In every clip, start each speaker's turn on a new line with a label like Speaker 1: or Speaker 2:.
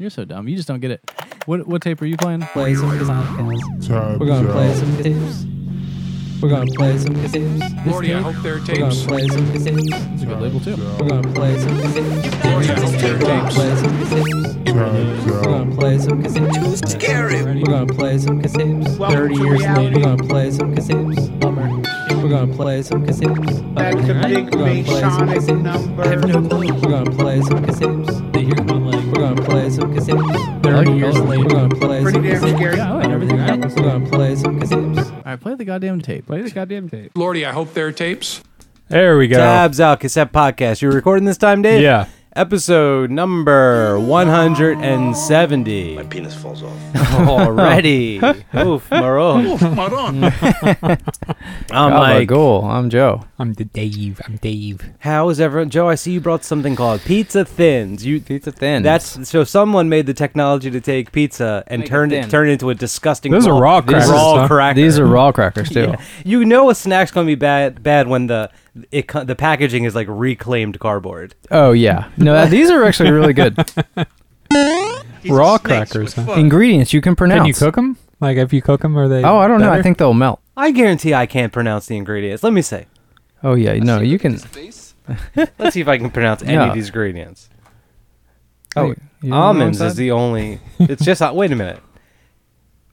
Speaker 1: You're so dumb. You just don't get it. What what tape are you playing?
Speaker 2: play some Sonic Tales.
Speaker 3: Time
Speaker 2: We're gonna
Speaker 3: out.
Speaker 2: play some games. We're gonna play some games.
Speaker 4: Lordy, I hope there are
Speaker 2: We're gonna
Speaker 4: tapes.
Speaker 2: play some games.
Speaker 1: It's a good label too.
Speaker 2: We're gonna play some games.
Speaker 4: Lordy, I hope there
Speaker 2: We're gonna
Speaker 4: are tapes.
Speaker 2: play some games.
Speaker 3: Time
Speaker 2: We're gonna
Speaker 3: out.
Speaker 2: play some games. Too scary. We're gonna play some games. Thirty years later, we're gonna play some games. Bummer. We're gonna play some games.
Speaker 5: That's a big Masonic number.
Speaker 2: We're gonna play some games. They hear my leg. We're gonna play some games. Thirty years later, we're gonna play
Speaker 5: Pretty
Speaker 2: some
Speaker 5: damn
Speaker 2: games.
Speaker 5: scary.
Speaker 6: Oh,
Speaker 1: Yeah, I like everything.
Speaker 2: We're gonna play some games.
Speaker 1: All right, play the goddamn tape.
Speaker 6: Play the goddamn tape.
Speaker 4: Lordy, I hope there are tapes.
Speaker 6: There we go.
Speaker 7: Tabs out cassette podcast. You're recording this time, Dave.
Speaker 6: Yeah.
Speaker 7: Episode number 170.
Speaker 8: penis falls off.
Speaker 7: Already. Oof, Maro. I'm
Speaker 9: my
Speaker 7: like,
Speaker 9: goal. I'm Joe.
Speaker 6: I'm the Dave. I'm Dave.
Speaker 7: how is everyone? Joe, I see you brought something called pizza thins. You
Speaker 9: Pizza thin.
Speaker 7: that's so someone made the technology to take pizza and
Speaker 9: Make it
Speaker 7: turn it,
Speaker 9: thin.
Speaker 7: turn it into a disgusting.
Speaker 6: Those are raw crackers,
Speaker 7: Raw
Speaker 6: huh?
Speaker 7: cracker.
Speaker 9: these are raw crackers too.
Speaker 7: Yeah. You know a snack's gonna be bad bad when the it co- the packaging is like reclaimed cardboard.
Speaker 9: Oh yeah. No, that- these are actually really good.
Speaker 6: Raw crackers. Huh?
Speaker 9: Ingredients you can pronounce.
Speaker 6: Can you cook them? Like if you cook them, are they?
Speaker 9: Oh, I don't know. I
Speaker 6: better?
Speaker 9: think they'll melt.
Speaker 7: I guarantee I can't pronounce the ingredients. Let me say.
Speaker 9: Oh yeah. No, you can.
Speaker 7: Let's see if I can pronounce any
Speaker 9: Yeah.
Speaker 7: of these ingredients.
Speaker 9: Oh,
Speaker 7: Oh,
Speaker 9: you don't know what
Speaker 7: almonds
Speaker 9: I'm
Speaker 7: is
Speaker 9: saying?
Speaker 7: the only. It's just uh, wait a minute.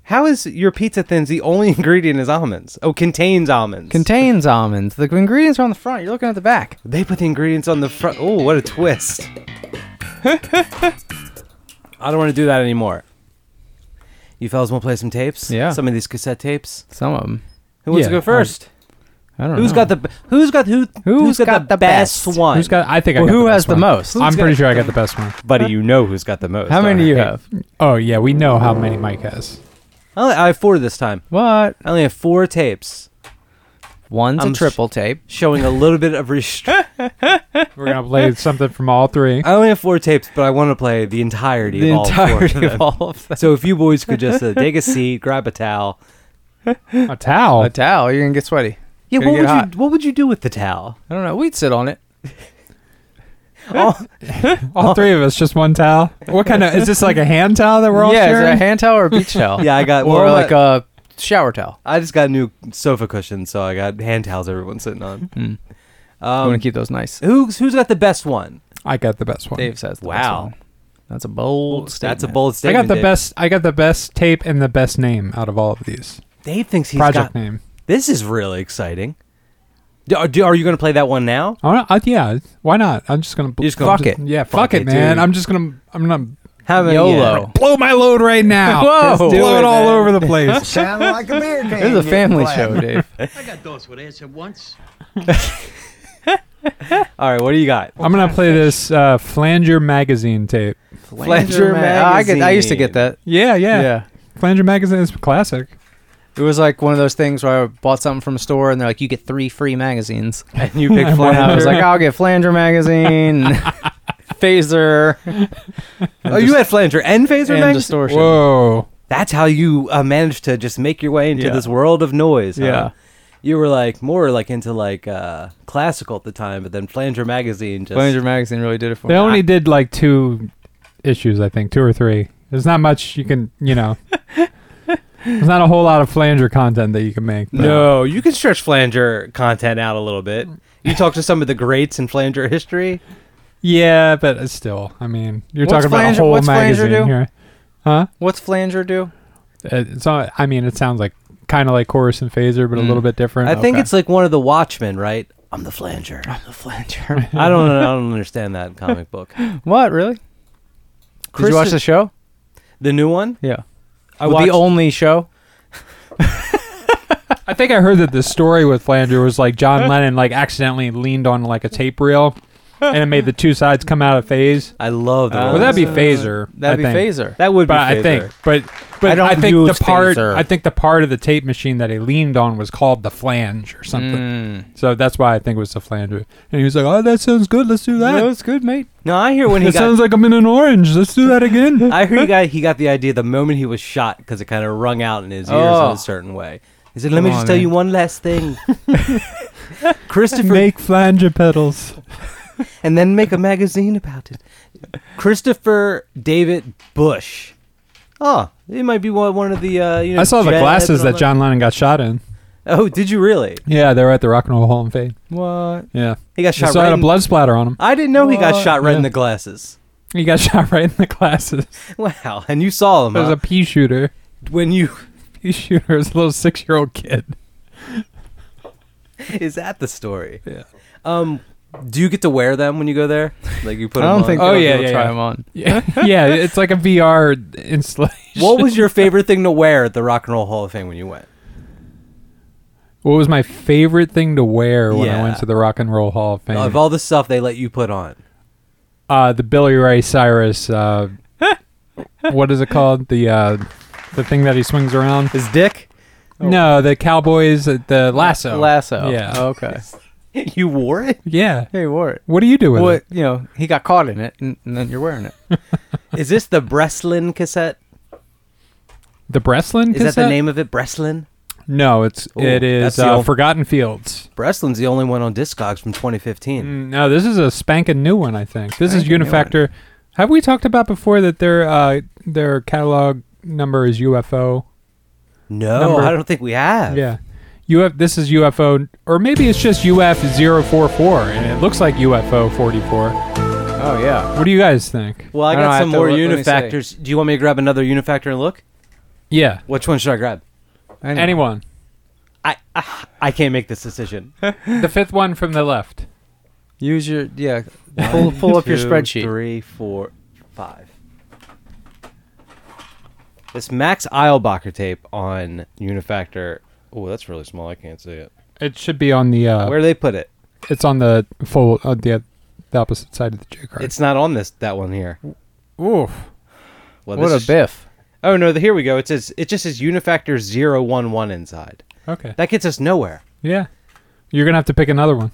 Speaker 7: How is your pizza thins the only ingredient is almonds? Oh, contains almonds.
Speaker 9: Contains almonds. The ingredients are on the front. You're looking at the back.
Speaker 7: they put the ingredients on the front. Oh, what a twist! I don't want to do that anymore. You fellas want to play some tapes?
Speaker 9: Yeah.
Speaker 7: Some of these cassette tapes.
Speaker 9: Some of them.
Speaker 7: Who wants
Speaker 6: Yeah,
Speaker 7: to go
Speaker 6: um,
Speaker 7: first?
Speaker 9: I don't
Speaker 7: Who's
Speaker 9: know.
Speaker 7: got the Who's got who
Speaker 9: Who's got the best?
Speaker 7: one?
Speaker 6: Who's got? I think. I
Speaker 9: Well,
Speaker 6: got
Speaker 9: who
Speaker 6: the
Speaker 9: has
Speaker 6: best
Speaker 9: the
Speaker 6: one.
Speaker 9: most?
Speaker 6: I'm
Speaker 7: got
Speaker 6: pretty sure I got the best one.
Speaker 7: Buddy, you know who's got the most.
Speaker 9: How many do
Speaker 7: alright.
Speaker 9: you have?
Speaker 6: Oh yeah, we know how many Mike has.
Speaker 7: I only- I have four this time.
Speaker 9: What?
Speaker 7: I only have four tapes
Speaker 9: One's
Speaker 7: I'm
Speaker 9: a
Speaker 7: sh-
Speaker 9: triple tape.
Speaker 7: showing a little bit of restraint.
Speaker 6: We're gonna play something from all three.
Speaker 7: I only have four tapes, but I want to play the entirety
Speaker 9: The
Speaker 7: of all four.
Speaker 9: entirety
Speaker 7: Of
Speaker 9: of
Speaker 7: them.
Speaker 9: all of them.
Speaker 7: So if you boys could just uh, take a seat, grab a towel.
Speaker 6: A towel.
Speaker 9: A towel. You're gonna get sweaty.
Speaker 7: Yeah,
Speaker 9: Gonna
Speaker 7: what
Speaker 9: get
Speaker 7: would
Speaker 9: hot.
Speaker 7: you what would you do with the towel?
Speaker 9: I don't know. We'd sit on it.
Speaker 7: Oh,
Speaker 6: all three of us, just one towel. What kind of? Is this like a hand towel that we're all
Speaker 9: yeah. Is it a
Speaker 6: sharing?
Speaker 9: hand towel or a beach towel?
Speaker 7: yeah, I got.
Speaker 9: Or
Speaker 7: well,
Speaker 9: like
Speaker 7: I-
Speaker 9: a shower towel.
Speaker 7: I just got new sofa cushions, so I got hand towels. Everyone's sitting on.
Speaker 9: Mm-hmm. I want
Speaker 7: Um,
Speaker 9: to keep those nice.
Speaker 7: who's who's got the best one?
Speaker 6: I got the best one.
Speaker 9: Dave says, the
Speaker 7: Wow.
Speaker 9: best one. that's a bold statement."
Speaker 7: That's a bold
Speaker 6: I
Speaker 7: statement.
Speaker 6: got the
Speaker 7: Dave.
Speaker 6: best. I got the best tape and the best name out of all of these.
Speaker 7: Dave thinks he's
Speaker 6: Project
Speaker 7: got.
Speaker 6: name.
Speaker 7: This is really exciting. Do, are, do- are you going to play that one now?
Speaker 6: I wanna- uh, yeah, why not? I'm just gonna, bl-
Speaker 7: You're just gonna-
Speaker 6: I'm just-
Speaker 9: Fuck it.
Speaker 6: Yeah, fuck,
Speaker 7: Fuck
Speaker 6: it,
Speaker 7: it,
Speaker 6: man.
Speaker 7: dude.
Speaker 6: I'm just gonna I'm gonna
Speaker 7: How many?
Speaker 9: YOLO.
Speaker 6: blow my load right now.
Speaker 9: Whoa.
Speaker 6: Just
Speaker 9: Do
Speaker 6: blow it,
Speaker 9: it,
Speaker 6: all
Speaker 9: man.
Speaker 6: over the place.
Speaker 8: Sound like a beer
Speaker 9: This is a family show, Dave.
Speaker 5: I got those with answer once.
Speaker 7: All right, what do you got?
Speaker 6: I'm gonna play this uh, Flanger magazine tape.
Speaker 7: Flanger
Speaker 9: I get. I used to get that.
Speaker 6: Yeah, yeah,
Speaker 9: Yeah.
Speaker 6: Flanger magazine is classic.
Speaker 9: It was like one of those things where I bought something from a store and they're like, "You get three free magazines."
Speaker 7: And you picked
Speaker 9: And
Speaker 7: Flanger.
Speaker 9: I was like, "I'll get Flanger magazine, Phaser,
Speaker 7: oh, you had Flanger and Phaser
Speaker 9: and
Speaker 7: magazine?
Speaker 9: Distortion."
Speaker 6: Whoa.
Speaker 7: That's how you uh, managed to just make your way into
Speaker 9: Yeah.
Speaker 7: this world of noise. huh?
Speaker 9: Yeah.
Speaker 7: You were like more like into like uh, classical at the time, but then Flanger magazine just
Speaker 9: Flanger magazine really did it for
Speaker 6: They
Speaker 9: me.
Speaker 6: only did like two issues, I think, two or three. There's not much you can, you know. there's not a whole lot of Flanger content that you can make. but-
Speaker 7: No, you can stretch Flanger content out a little bit. You talk to some of the greats in Flanger history.
Speaker 6: Yeah, but it's still, I mean, you're
Speaker 9: What's
Speaker 6: talking about a
Speaker 9: Flanger-
Speaker 6: whole
Speaker 9: what's Flanger
Speaker 6: magazine
Speaker 9: do?
Speaker 6: here. Huh?
Speaker 9: What's Flanger do?
Speaker 6: Uh, It's all, I mean, it sounds like kind of like Chorus and Phaser, but a little bit different.
Speaker 7: I think
Speaker 6: Okay.
Speaker 7: it's like one of the Watchmen, right? I'm the Flanger.
Speaker 9: The Flanger.
Speaker 7: I don't I don't understand that comic book.
Speaker 9: what really? Did you watch
Speaker 7: Kristen-
Speaker 9: the show?
Speaker 7: The new one?
Speaker 9: Yeah.
Speaker 7: I
Speaker 9: the only show.
Speaker 6: I think I heard that the story with Flanger was like John Lennon like accidentally leaned on like a tape reel, and it made the two sides come out of phase.
Speaker 7: I love the
Speaker 9: Uh,
Speaker 7: one.
Speaker 6: Well, that'd be
Speaker 9: Uh,
Speaker 6: Phaser.
Speaker 9: That'd
Speaker 6: I
Speaker 9: be
Speaker 6: think.
Speaker 9: Phaser.
Speaker 7: that would be
Speaker 6: But I
Speaker 7: Phaser.
Speaker 6: think, but but I,
Speaker 9: I don't
Speaker 6: think the
Speaker 9: use
Speaker 6: part
Speaker 9: Phaser.
Speaker 6: I think the part of the tape machine that he leaned on was called the flange or something.
Speaker 7: Mm.
Speaker 6: So that's why I think it was the flanger. And he was like, "Oh, that sounds good. Let's do that.
Speaker 9: That was good, mate.
Speaker 7: No, I hear when he
Speaker 6: It
Speaker 7: got
Speaker 6: sounds like I'm in an orange. Let's do that again."
Speaker 7: I heard he got he got the idea the moment he was shot because it kind of rung out in his ears in
Speaker 9: Oh.
Speaker 7: a certain way. He said, "Let me
Speaker 9: Come
Speaker 7: just
Speaker 9: on,
Speaker 7: tell
Speaker 9: man.
Speaker 7: you one last thing." Christopher
Speaker 6: Make flanger pedals.
Speaker 7: and then make a magazine about it.
Speaker 9: Christopher David Bush.
Speaker 7: Oh, it might be one one of the uh, you know.
Speaker 6: I saw the
Speaker 7: jet
Speaker 6: glasses
Speaker 7: heads and
Speaker 6: that
Speaker 7: all
Speaker 6: John Lennon got shot in.
Speaker 7: Oh, did you really?
Speaker 6: Yeah, they were at the Rock and Roll Hall of Fame.
Speaker 7: What?
Speaker 6: Yeah,
Speaker 7: He got
Speaker 6: he
Speaker 7: shot
Speaker 6: still
Speaker 7: right.
Speaker 6: had a
Speaker 7: in-
Speaker 6: blood splatter on him.
Speaker 7: I didn't know he got
Speaker 6: What?
Speaker 7: shot right in
Speaker 6: Yeah.
Speaker 7: the glasses.
Speaker 6: He got shot right in the glasses.
Speaker 7: Wow, and you saw him
Speaker 6: There's
Speaker 7: huh?
Speaker 6: a pea shooter.
Speaker 7: when you
Speaker 6: Pea shooter is a little six-year-old kid.
Speaker 7: is that the story?
Speaker 6: Yeah.
Speaker 7: Um, do you get to wear them when you go there? Like you put.
Speaker 9: I don't
Speaker 7: them
Speaker 9: think
Speaker 7: on?
Speaker 6: Oh,
Speaker 9: they'll
Speaker 6: yeah,
Speaker 9: be able to
Speaker 6: yeah,
Speaker 9: try
Speaker 6: yeah.
Speaker 9: him on.
Speaker 6: Yeah, yeah, it's like a VR installation.
Speaker 7: What was your favorite thing to wear at the Rock and Roll Hall of Fame when you went?
Speaker 6: What was my favorite thing to wear when I went
Speaker 7: Yeah.
Speaker 6: to the Rock and Roll Hall of Fame?
Speaker 7: Of all the stuff they let you put on,
Speaker 6: uh, the Billy Ray Cyrus. Uh, what is it called? The uh, the thing that he swings around.
Speaker 9: His dick?
Speaker 7: Oh.
Speaker 6: No, the Cowboys. uh, The lasso.
Speaker 9: Lasso.
Speaker 6: Yeah.
Speaker 9: Okay.
Speaker 7: you wore it.
Speaker 6: Yeah.
Speaker 9: Hey, wore it.
Speaker 6: What do you do with
Speaker 9: What
Speaker 6: it?
Speaker 9: you know, he got caught in it, and, and then you're wearing it.
Speaker 7: Is this the Breslin cassette?
Speaker 6: The Breslin?
Speaker 7: Is that the
Speaker 6: cassette?
Speaker 7: name of it? Breslin.
Speaker 6: No, it's
Speaker 7: Ooh,
Speaker 6: it
Speaker 7: that's
Speaker 6: is
Speaker 7: the
Speaker 6: uh,
Speaker 7: old-
Speaker 6: Forgotten Fields.
Speaker 7: Breslin's the only one on Discogs from 2015.
Speaker 6: Mm, No, this is a spanking new one. I think this is Unifactor. Have we talked about before that their uh, their catalog number is UFO?
Speaker 7: No,
Speaker 6: Number-
Speaker 7: I don't think we have.
Speaker 6: Yeah. UF this is UFO or maybe it's just UF 044 and it looks like UFO 44.
Speaker 9: Oh yeah.
Speaker 6: What do you guys think?
Speaker 7: Well, I
Speaker 9: I
Speaker 7: got
Speaker 9: don't know, I
Speaker 7: some
Speaker 9: have to
Speaker 7: more
Speaker 9: look- let me see.
Speaker 7: Unifactors. Do you want me to grab another Unifactor and look?
Speaker 6: Yeah.
Speaker 7: Which one should I grab?
Speaker 9: Anyway.
Speaker 6: Anyone.
Speaker 7: I I, I can't make this decision.
Speaker 6: The fifth one from the left.
Speaker 9: Use your yeah. Pull pull up your
Speaker 7: two,
Speaker 9: spreadsheet.
Speaker 7: Three, four, five. This Max Eilbacher tape on Unifactor. Oh, that's really small. I can't see it.
Speaker 6: It should be on the uh
Speaker 7: Where do they put it?
Speaker 6: it's on the full uh, the the opposite side of the J card.
Speaker 7: It's not on this that one here.
Speaker 6: oof.
Speaker 7: Well,
Speaker 9: What
Speaker 7: this
Speaker 9: a
Speaker 7: is-
Speaker 9: biff.
Speaker 7: Oh no, the, here we go. It says it just says Unifactor 011 inside.
Speaker 6: Okay.
Speaker 7: That gets us nowhere.
Speaker 6: Yeah. You're going to have to pick another one.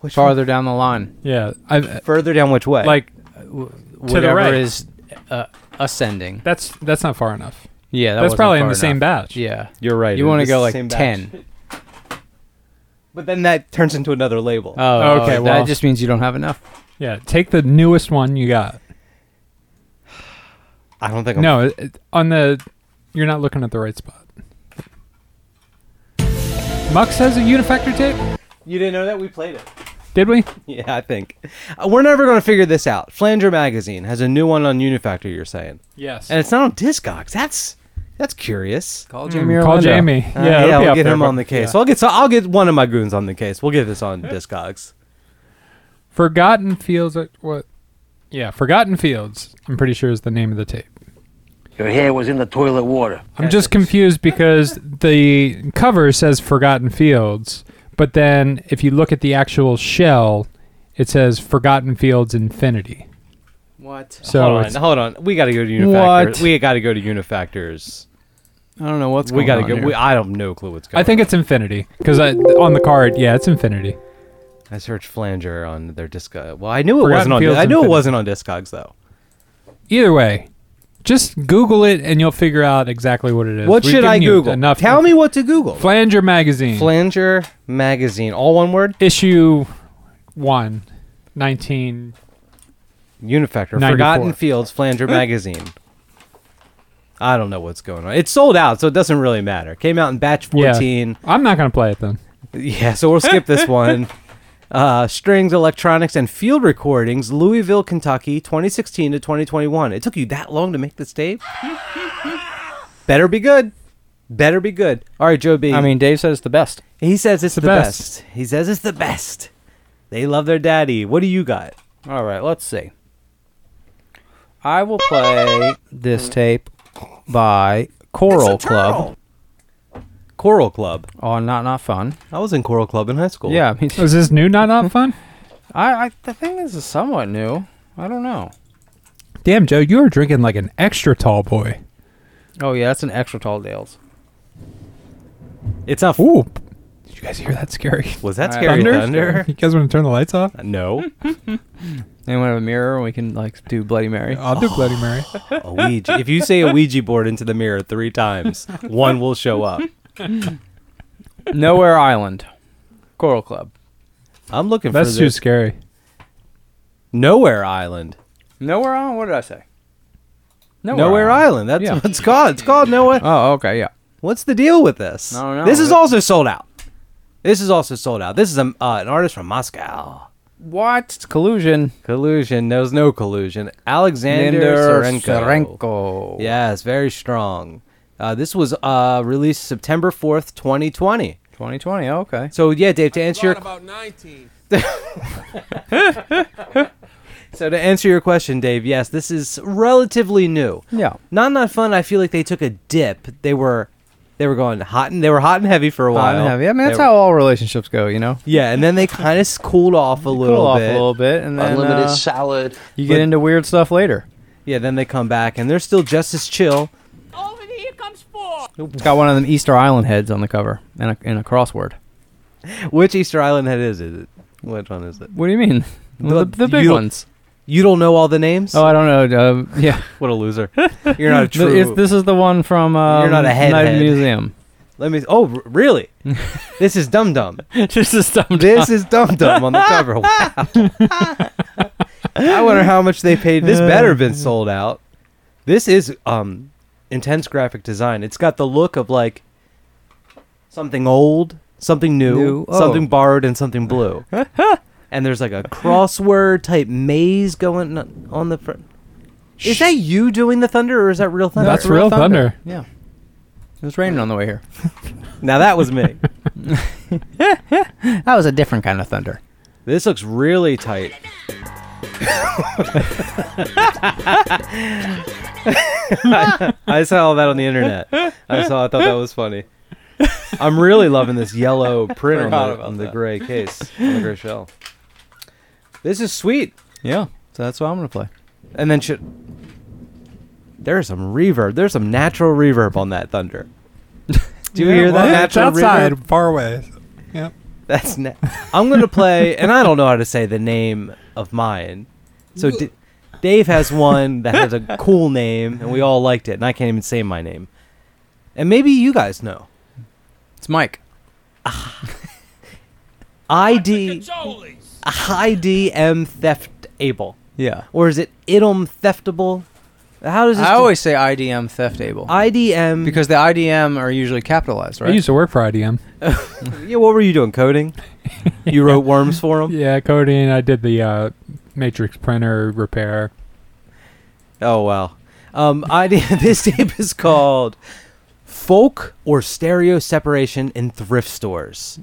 Speaker 7: Which one-
Speaker 9: Farther down the line,
Speaker 6: Yeah. I
Speaker 7: further down which way?
Speaker 6: like
Speaker 9: whatever
Speaker 6: right.
Speaker 9: is uh, ascending.
Speaker 6: that's that's not far enough.
Speaker 9: Yeah, that
Speaker 6: that's
Speaker 9: wasn't
Speaker 6: probably in
Speaker 9: far
Speaker 6: the same
Speaker 9: enough.
Speaker 6: batch.
Speaker 9: Yeah.
Speaker 7: you're right.
Speaker 9: You
Speaker 7: it
Speaker 9: want to
Speaker 7: is
Speaker 9: go
Speaker 7: the
Speaker 9: like
Speaker 7: same batch.
Speaker 9: ten?
Speaker 7: But then that turns into another label.
Speaker 9: Oh,
Speaker 6: Okay,
Speaker 9: okay.
Speaker 6: well-
Speaker 9: that just means you don't have enough.
Speaker 6: Yeah, take the newest one you got.
Speaker 7: I don't think I'm
Speaker 6: No, it- it- on the you're not looking at the right spot. Mux has a unifactor tape.
Speaker 7: You didn't know that we played it.
Speaker 6: Did we?
Speaker 7: Yeah, I think Uh, we're never going to figure this out. Flanger magazine has a new one on Unifactor. You're saying,
Speaker 6: Yes.
Speaker 7: and it's not on Discogs. That's that's curious.
Speaker 9: Call
Speaker 6: Jamie call Jamie.
Speaker 7: Uh,
Speaker 6: yeah, it'll be
Speaker 7: we'll
Speaker 6: up
Speaker 7: get
Speaker 6: there,
Speaker 7: him
Speaker 6: but-
Speaker 7: on the case.
Speaker 6: yeah.
Speaker 7: So I'll get so I'll get one of my goons on the case. We'll get this on Discogs.
Speaker 6: Forgotten Fields. uh, What? Yeah, Forgotten Fields. I'm pretty sure is the name of the tape.
Speaker 3: Your hair was in the toilet water.
Speaker 6: I'm just confused because the cover says Forgotten Fields, but then if you look at the actual shell, it says Forgotten Fields Infinity.
Speaker 9: What?
Speaker 6: So
Speaker 7: hold on,
Speaker 6: it's-
Speaker 7: hold on. We got to go to Unifactor.
Speaker 9: What?
Speaker 7: We got to go to Unifactors.
Speaker 9: I don't know what's
Speaker 7: we
Speaker 9: going
Speaker 7: got to
Speaker 9: on
Speaker 7: go.
Speaker 9: here.
Speaker 7: We, I don't know clue what's going.
Speaker 6: I think it's Infinity because on the card, yeah, it's Infinity.
Speaker 7: on. I searched Flanger on their Discog. Well, I knew it
Speaker 6: Forgotten
Speaker 7: wasn't on.
Speaker 6: Fields
Speaker 7: I knew it
Speaker 6: Infinite.
Speaker 7: wasn't on Discogs though.
Speaker 6: Either way, just Google it and you'll figure out exactly what it is.
Speaker 7: What
Speaker 6: We've
Speaker 7: should I
Speaker 6: given you
Speaker 7: Google?
Speaker 6: Enough.
Speaker 7: Tell me what to Google.
Speaker 6: Flanger magazine
Speaker 7: Flanger magazine, all one word.
Speaker 6: issue one, 19.
Speaker 7: Unifactor,
Speaker 6: 94.
Speaker 7: Forgotten Fields, Flanger Magazine. I don't know what's going on. It's sold out, so it doesn't really matter. Came out in batch
Speaker 6: Yeah.
Speaker 7: 14.
Speaker 6: I'm not gonna play it then.
Speaker 7: Yeah, so we'll skip this one. Uh, strings, electronics, and field recordings, Louisville, Kentucky, 2016 to 2021. It took you that long to make this tape? Better be good. Better be good. All right, Joe B.
Speaker 9: I mean, Dave says the best.
Speaker 7: he says it's the, best.
Speaker 6: best.
Speaker 7: He says it's the best. They love their daddy. What do you got?
Speaker 9: All right, let's see. I will play this tape by Coral Club
Speaker 7: Choral Club.
Speaker 9: on Not Not Fun.
Speaker 7: I was in Choral Club in high school.
Speaker 9: Yeah, me too.
Speaker 6: Is this new? Not not fun.
Speaker 9: I, I the thing is somewhat new. I don't know.
Speaker 6: Damn, Joe, you are drinking like an extra tall boy.
Speaker 9: Oh yeah, that's an extra tall Dales.
Speaker 7: It's not.
Speaker 6: Ooh, did you guys hear that? Scary.
Speaker 7: Was that
Speaker 9: Uh,
Speaker 7: scary
Speaker 9: Thunder?
Speaker 7: thunder? Uh,
Speaker 6: You guys want to turn the lights off?
Speaker 7: No.
Speaker 9: Anyone have a mirror? We can like do Bloody Mary.
Speaker 6: I'll do Bloody Mary.
Speaker 7: A Ouija. if you say a Ouija board into the mirror three times, one will show up.
Speaker 9: Nowhere Island, Coral Club.
Speaker 7: I'm looking
Speaker 6: That's
Speaker 7: for
Speaker 6: too
Speaker 7: this.
Speaker 6: scary.
Speaker 7: Nowhere Island.
Speaker 9: Nowhere on. What did I say?
Speaker 7: Nowhere, Island. That's
Speaker 6: Yeah.
Speaker 7: what it's called. It's called Nowhere.
Speaker 9: Oh, okay, yeah.
Speaker 7: What's the deal with this?
Speaker 9: I don't know.
Speaker 7: This is also sold out. This is also sold out. This is a, uh, an artist from Moscow.
Speaker 9: What It's collusion?
Speaker 7: Collusion. There's no collusion. Alexander
Speaker 9: Nender
Speaker 7: Serenko.
Speaker 9: Serenko.
Speaker 7: Yes, very strong. Uh, this was uh, released September 4th, 2020.
Speaker 9: 2020. Okay.
Speaker 7: So, yeah, Dave, to answer your
Speaker 4: About 19.
Speaker 7: so to answer your question, Dave, yes, this is relatively new.
Speaker 9: Yeah.
Speaker 7: Not not fun. I feel like they took a dip. They were they were going hot and they were hot and heavy for a
Speaker 9: Hot
Speaker 7: while.
Speaker 9: and heavy. I mean,
Speaker 7: They
Speaker 9: that's
Speaker 7: were-
Speaker 9: how all relationships go, you know.
Speaker 7: Yeah, and then they kind of cooled off a little
Speaker 9: Cool off
Speaker 7: bit.
Speaker 9: a little bit, and then
Speaker 8: Unlimited
Speaker 9: uh,
Speaker 8: salad.
Speaker 9: you get into weird stuff later.
Speaker 7: Yeah, then they come back and they're still just as chill.
Speaker 9: It's got one of them Easter Island heads on the cover and a, and a crossword.
Speaker 7: Which Easter Island head is it? Which one is it?
Speaker 9: What do you mean?
Speaker 7: The-
Speaker 9: The, the big
Speaker 7: you-
Speaker 9: ones.
Speaker 7: You don't know all the names?
Speaker 9: Oh, I don't know. Uh, yeah,
Speaker 7: what a loser! You're not a
Speaker 9: Th-
Speaker 7: true.
Speaker 9: it's- this is the one from um,
Speaker 7: You're not a head
Speaker 9: Night
Speaker 7: head.
Speaker 9: at the Museum.
Speaker 7: Let me. Oh, r- really? this is Dum Dum.
Speaker 9: Just a stump.
Speaker 7: This is Dum Dum on the cover. Wow. I wonder how much they paid. This better have been sold out. This is um intense graphic design. It's got the look of like something old, something new,
Speaker 9: New, oh.
Speaker 7: something borrowed, and something blue. and there's like a crossword type maze going on- on the front. Is that you doing the thunder, or is that real thunder?
Speaker 6: That's real thunder.
Speaker 9: Yeah. It was raining on the way here.
Speaker 7: Now that was me.
Speaker 9: That was a different kind of thunder.
Speaker 7: This looks really tight. I, I saw all that on the internet. I saw. I thought that was funny. I'm really loving this yellow print on
Speaker 9: Forgot
Speaker 7: the,
Speaker 9: about
Speaker 7: on the
Speaker 9: that.
Speaker 7: gray case, on the gray shell. This is sweet.
Speaker 9: Yeah. So that's what I'm gonna play.
Speaker 7: And then should there's some reverb. There's some natural reverb on that thunder. Do you hear that
Speaker 10: It's
Speaker 7: natural
Speaker 10: outside,
Speaker 7: reverb?
Speaker 10: far away. Yep.
Speaker 7: That's na- I'm gonna play, and I don't know how to say the name of mine. So D- Dave has one that has a cool name, and we all liked it, and I can't even say my name. And maybe you guys know
Speaker 9: It's Mike.
Speaker 7: ID IDM theft able,
Speaker 9: Yeah.
Speaker 7: or is it idum theftable? How does this
Speaker 9: I
Speaker 7: do-
Speaker 9: always say IDM theft able
Speaker 7: IDM?
Speaker 9: because the IDM are usually capitalized,
Speaker 6: I
Speaker 9: right?
Speaker 6: used to work for IDM.
Speaker 7: yeah, what were you doing? Coding? You wrote worms for them?
Speaker 6: Yeah, coding. I did the uh, matrix printer repair.
Speaker 7: Oh wow. Um, I did- this tape is called "Folk or Stereo Separation in Thrift Stores"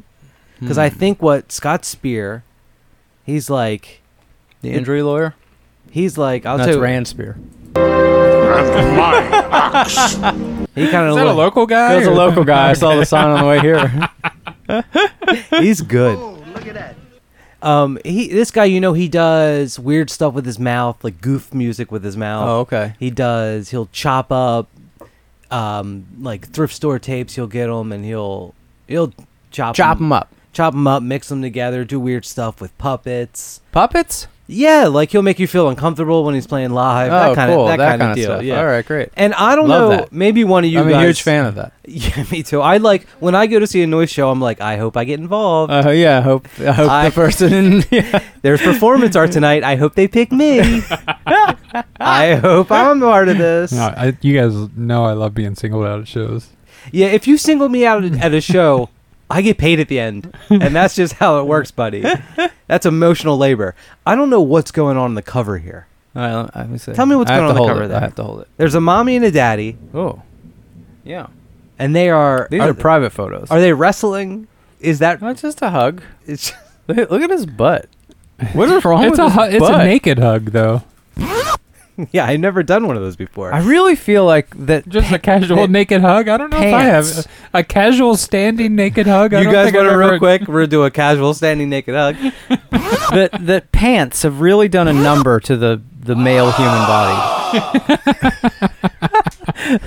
Speaker 7: because
Speaker 9: Hmm.
Speaker 7: I think what Scott Spear, he's like,
Speaker 9: the injury lawyer.
Speaker 7: he's like, I'll
Speaker 9: That's
Speaker 7: tell you,
Speaker 9: Rand Spear.
Speaker 7: he kind of
Speaker 6: local guy?
Speaker 9: That's a local guy. I saw the sign on the way here.
Speaker 7: he's good.
Speaker 5: Oh, look at that.
Speaker 7: Um, he this guy, you know, he does weird stuff with his mouth, like goof music with his mouth.
Speaker 9: Oh, okay.
Speaker 7: He does. He'll chop up, um, like thrift store tapes. He'll get them and he'll he'll chop
Speaker 9: Chop them up.
Speaker 7: chop them up, mix them together, do weird stuff with puppets.
Speaker 9: Puppets?
Speaker 7: Yeah, like he'll make you feel uncomfortable when he's playing live.
Speaker 9: oh,
Speaker 7: that kind of
Speaker 9: cool.
Speaker 7: that, kind of
Speaker 9: kinda
Speaker 7: deal.
Speaker 9: stuff.
Speaker 7: Yeah.
Speaker 9: All right, great.
Speaker 7: And I don't
Speaker 9: Love
Speaker 7: know.
Speaker 9: that.
Speaker 7: Maybe one of you
Speaker 9: I'm
Speaker 7: guys.
Speaker 9: a huge fan of that.
Speaker 7: Yeah, me too. I like when I go to see a noise show. I'm like, I hope I get involved.
Speaker 9: Uh, yeah, I hope, I hope
Speaker 7: I-
Speaker 9: the person in. Yeah.
Speaker 7: There's performance art tonight. I hope they pick me. I hope I'm part of this.
Speaker 6: No, I, you guys know I love being singled out at shows.
Speaker 7: Yeah, if you single me out at- at a show, I get paid at the end. And that's just how it works, buddy. That's emotional labor. I don't know what's going on in the cover here.
Speaker 9: All right, let- let me see.
Speaker 7: Tell me what's
Speaker 9: I have
Speaker 7: going on
Speaker 9: to
Speaker 7: the
Speaker 9: hold
Speaker 7: cover
Speaker 9: it.
Speaker 7: there.
Speaker 9: I have to hold it.
Speaker 7: There's a mommy and a daddy,
Speaker 9: Oh, yeah.
Speaker 7: and they are
Speaker 9: These are, private photos.
Speaker 7: Are they wrestling? Is that
Speaker 9: That's just a hug.
Speaker 7: it's,
Speaker 9: Look, look at his butt. What is wrong
Speaker 6: It's
Speaker 9: with
Speaker 6: a
Speaker 9: his
Speaker 6: hu- it's
Speaker 9: butt?
Speaker 6: a naked hug though.
Speaker 7: Yeah, I've never done one of those before.
Speaker 9: I really feel like that.
Speaker 6: Just a casual naked hug. I don't know if I
Speaker 9: Pants.
Speaker 6: have a casual standing naked hug. I
Speaker 7: you
Speaker 6: don't
Speaker 7: guys
Speaker 6: think
Speaker 7: want
Speaker 6: I've
Speaker 7: to
Speaker 6: ever-
Speaker 7: real quick? We're gonna do a casual standing naked hug.
Speaker 9: that that pants have really done a number to the the male human body.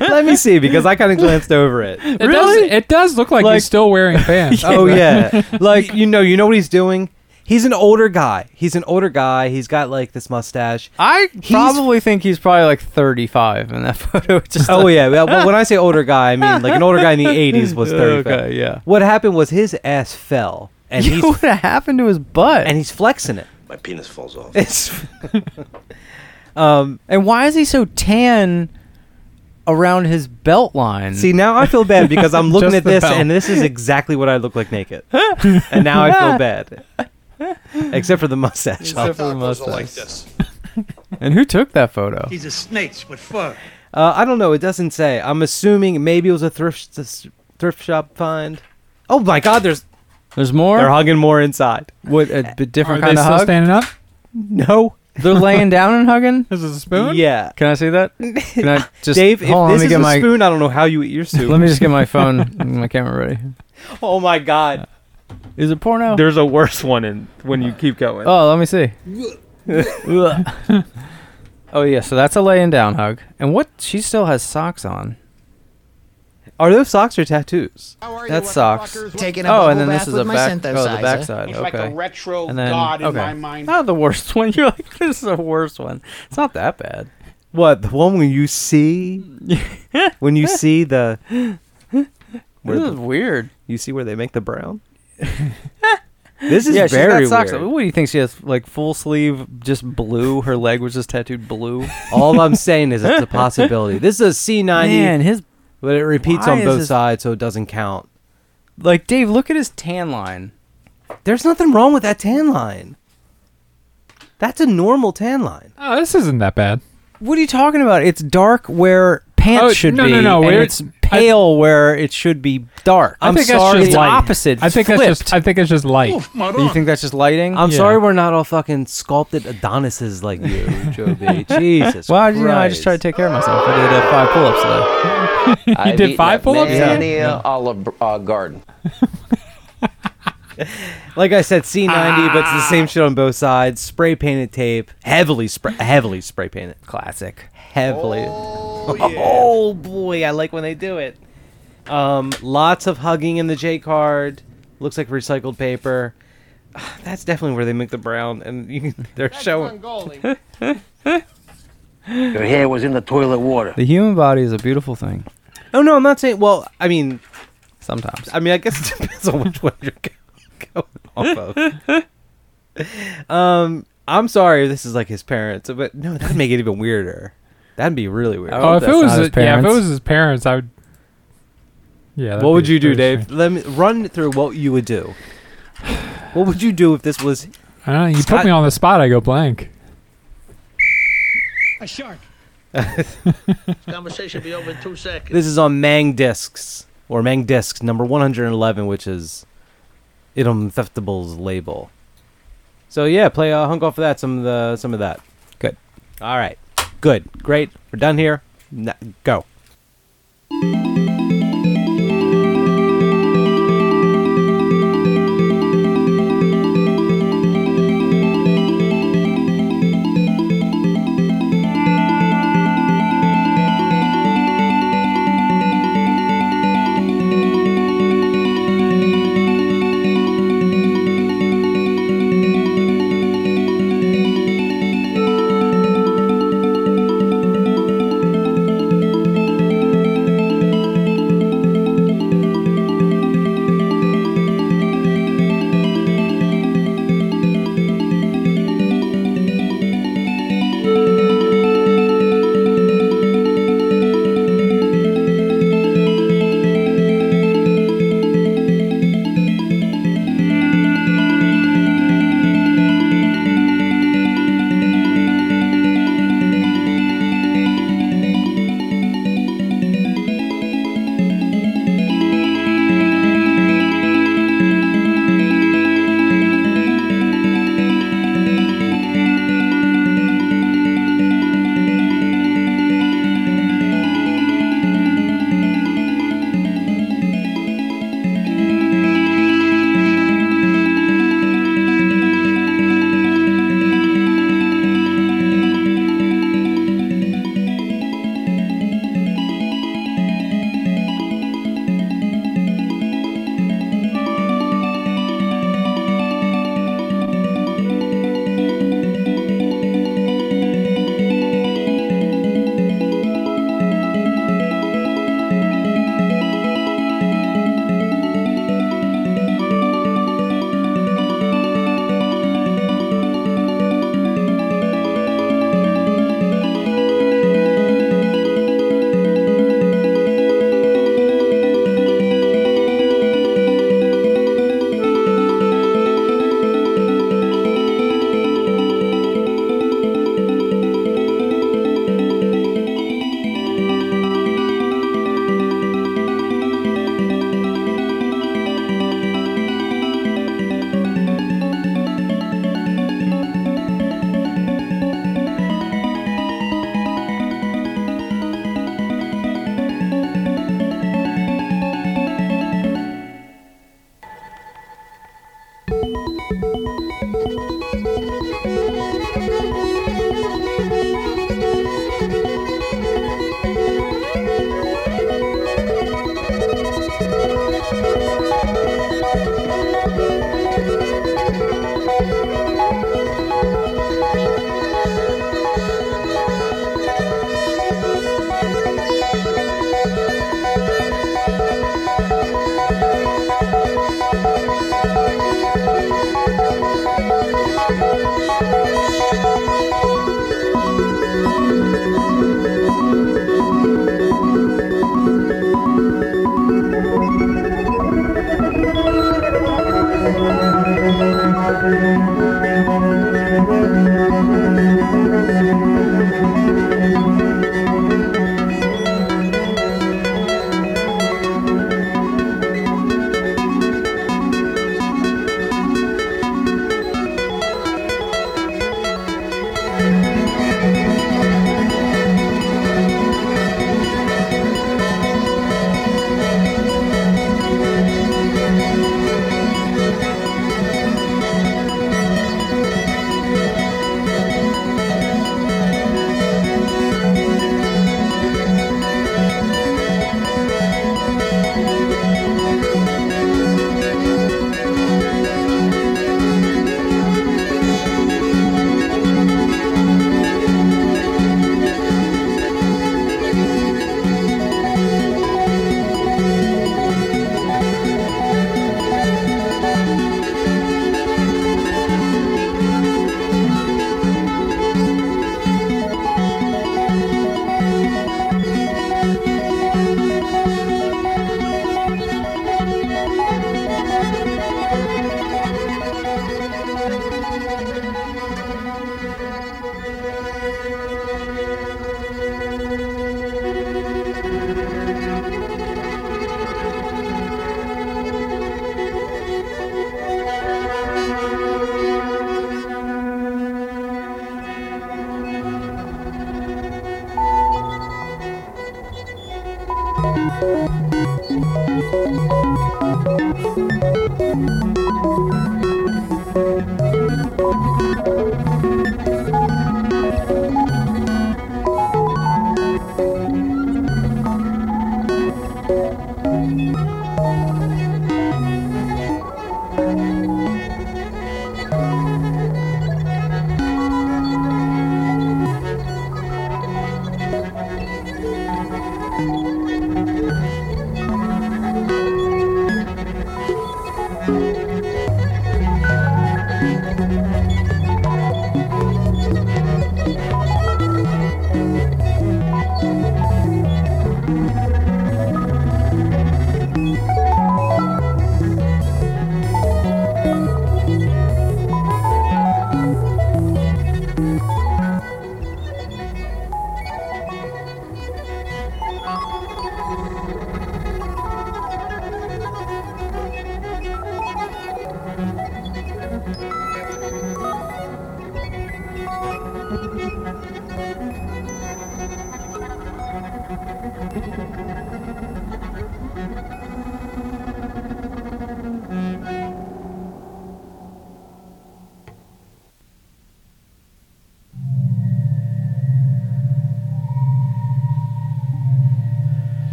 Speaker 7: Let me see because I kind of glanced over it.
Speaker 6: It
Speaker 9: Really?
Speaker 6: Does, it does look like,
Speaker 7: Like-
Speaker 6: he's still wearing pants.
Speaker 7: Oh yeah, like you know, you know what he's doing. He's an older guy. He's an older guy. He's got like this mustache.
Speaker 9: I probably think he's probably like 35 in that photo. It's Just
Speaker 7: Oh
Speaker 9: like-
Speaker 7: yeah, well, when I say older guy, I mean like an older guy in the '80s was 35.
Speaker 9: Okay, yeah.
Speaker 7: What happened was his ass fell, and he's
Speaker 9: what happened to his butt?
Speaker 7: and he's flexing it.
Speaker 8: my penis falls off.
Speaker 7: It's Um,
Speaker 9: And why is he so tan around his belt line?
Speaker 7: see now I feel bad because I'm looking
Speaker 6: Just
Speaker 7: at
Speaker 6: the
Speaker 7: this
Speaker 6: belt.
Speaker 7: and this is exactly what I look like naked, and now I feel bad. Except for the mustache.
Speaker 9: Except for the
Speaker 8: Goes all like
Speaker 9: mustache.
Speaker 8: this.
Speaker 9: And who took that photo?
Speaker 5: He's a snake with fur.
Speaker 7: Uh, I don't know. It doesn't say. I'm assuming maybe it was a thrift s- thrift shop find. Oh my God! There's
Speaker 9: There's more.
Speaker 7: they're hugging more inside.
Speaker 9: what a b-
Speaker 6: Are
Speaker 9: different
Speaker 6: they
Speaker 9: kind
Speaker 6: still
Speaker 9: of hug?
Speaker 6: standing up?
Speaker 7: No.
Speaker 9: they're laying down and hugging.
Speaker 6: Is it a spoon?
Speaker 7: Yeah.
Speaker 9: Can I see that? Can I just
Speaker 7: Dave, if
Speaker 9: hold on?
Speaker 7: this
Speaker 9: Let me
Speaker 7: is
Speaker 9: get
Speaker 7: a
Speaker 9: my
Speaker 7: spoon, I don't know how you eat your soup.
Speaker 9: let me just get my phone, and my camera ready.
Speaker 7: oh my God!
Speaker 9: Is it porno?
Speaker 7: There's a worse one in, when you keep going.
Speaker 9: Oh, let me see. oh yeah, so that's a laying down hug. And what? She still has socks on.
Speaker 7: Are those socks or tattoos?
Speaker 9: That socks.
Speaker 10: Taking a
Speaker 9: Oh, and
Speaker 10: bubble
Speaker 9: then
Speaker 10: bath
Speaker 9: this is
Speaker 10: with
Speaker 9: a
Speaker 10: my
Speaker 9: back. Oh, the
Speaker 10: synthesizer.
Speaker 9: backside.
Speaker 10: It's
Speaker 9: Okay.
Speaker 10: like a retro
Speaker 9: And then-
Speaker 10: god in
Speaker 9: okay.
Speaker 10: my mind.
Speaker 9: Not the worst one. You're like, this is the worst one. It's not that bad.
Speaker 7: What the one when you see when you see the where
Speaker 9: this is
Speaker 7: the,
Speaker 9: weird.
Speaker 7: you see where they make the brown. this is
Speaker 9: yeah, she's
Speaker 7: very
Speaker 9: got socks.
Speaker 7: weird.
Speaker 9: on. What do you think she has? Like full sleeve, just blue. Her leg was just tattooed blue.
Speaker 7: All I'm saying is it's a possibility. This is a C90,
Speaker 9: Man, his
Speaker 7: but it repeats
Speaker 9: why
Speaker 7: on
Speaker 9: is
Speaker 7: both
Speaker 9: this-
Speaker 7: sides, so it doesn't count.
Speaker 9: like Dave. Look at his tan line.
Speaker 7: There's nothing wrong with that tan line. That's a normal tan line.
Speaker 6: Oh, this isn't that bad.
Speaker 9: What are you talking about? It's dark where pants
Speaker 6: Oh,
Speaker 9: should
Speaker 6: no,
Speaker 9: be.
Speaker 6: no, no,
Speaker 9: And
Speaker 6: where-
Speaker 9: it's pale where it should be dark.
Speaker 6: I
Speaker 9: I'm
Speaker 6: think that's
Speaker 9: sorry,
Speaker 6: just
Speaker 9: it's
Speaker 6: lighting.
Speaker 9: opposite.
Speaker 6: I think
Speaker 9: it's
Speaker 6: that's just. I think it's just light.
Speaker 9: you think that's just lighting?
Speaker 7: I'm
Speaker 6: Yeah.
Speaker 7: sorry we're not all fucking sculpted Adonises like you, Joe B. Oh, Jesus.
Speaker 9: Well,
Speaker 7: Christ.
Speaker 9: you know, I just try to take care of myself. I did uh, five pull-ups today.
Speaker 6: You did five pull-ups.
Speaker 10: Many a Olive uh, Garden.
Speaker 7: Like I said, C90, but it's
Speaker 6: Ah.
Speaker 7: the same shit on both sides. Spray painted tape, heavily spray, heavily spray painted,
Speaker 9: Classic.
Speaker 7: heavily. Oh, oh boy, I like when they do it. Um, lots of hugging in the J card. Looks like recycled paper. That's definitely where they make the brown, and you can, they're showing.
Speaker 3: Your hair was in the toilet water.
Speaker 9: The human body is a beautiful thing.
Speaker 7: Oh no, I'm not saying. Well, I mean,
Speaker 9: Sometimes.
Speaker 7: I mean, I guess it depends on which one you're go- going off of. um, I'm sorry, this is like his parents, but no, that'd make it even weirder. That'd be really weird.
Speaker 9: I
Speaker 6: Oh, if
Speaker 9: hope
Speaker 6: it
Speaker 9: that's
Speaker 6: was,
Speaker 9: not his
Speaker 6: a- yeah, if it
Speaker 9: parents.
Speaker 6: was his parents, I would. Yeah. that'd
Speaker 7: what would
Speaker 6: be
Speaker 7: you do,
Speaker 6: very
Speaker 7: Dave?
Speaker 6: strange.
Speaker 7: Let me run it through what you would do. What would you do if this was?
Speaker 6: I don't know. You
Speaker 7: Scott-
Speaker 6: put me on the spot. I go blank.
Speaker 5: A shark.
Speaker 8: Conversation be over in two seconds.
Speaker 7: This is on Mang Discs or Mang Discs number 111, which is Item Theftable's label. So yeah, play a hunk off of that. Some of the some of that.
Speaker 9: Good.
Speaker 7: All right. Good. Great. We're done here. N- go.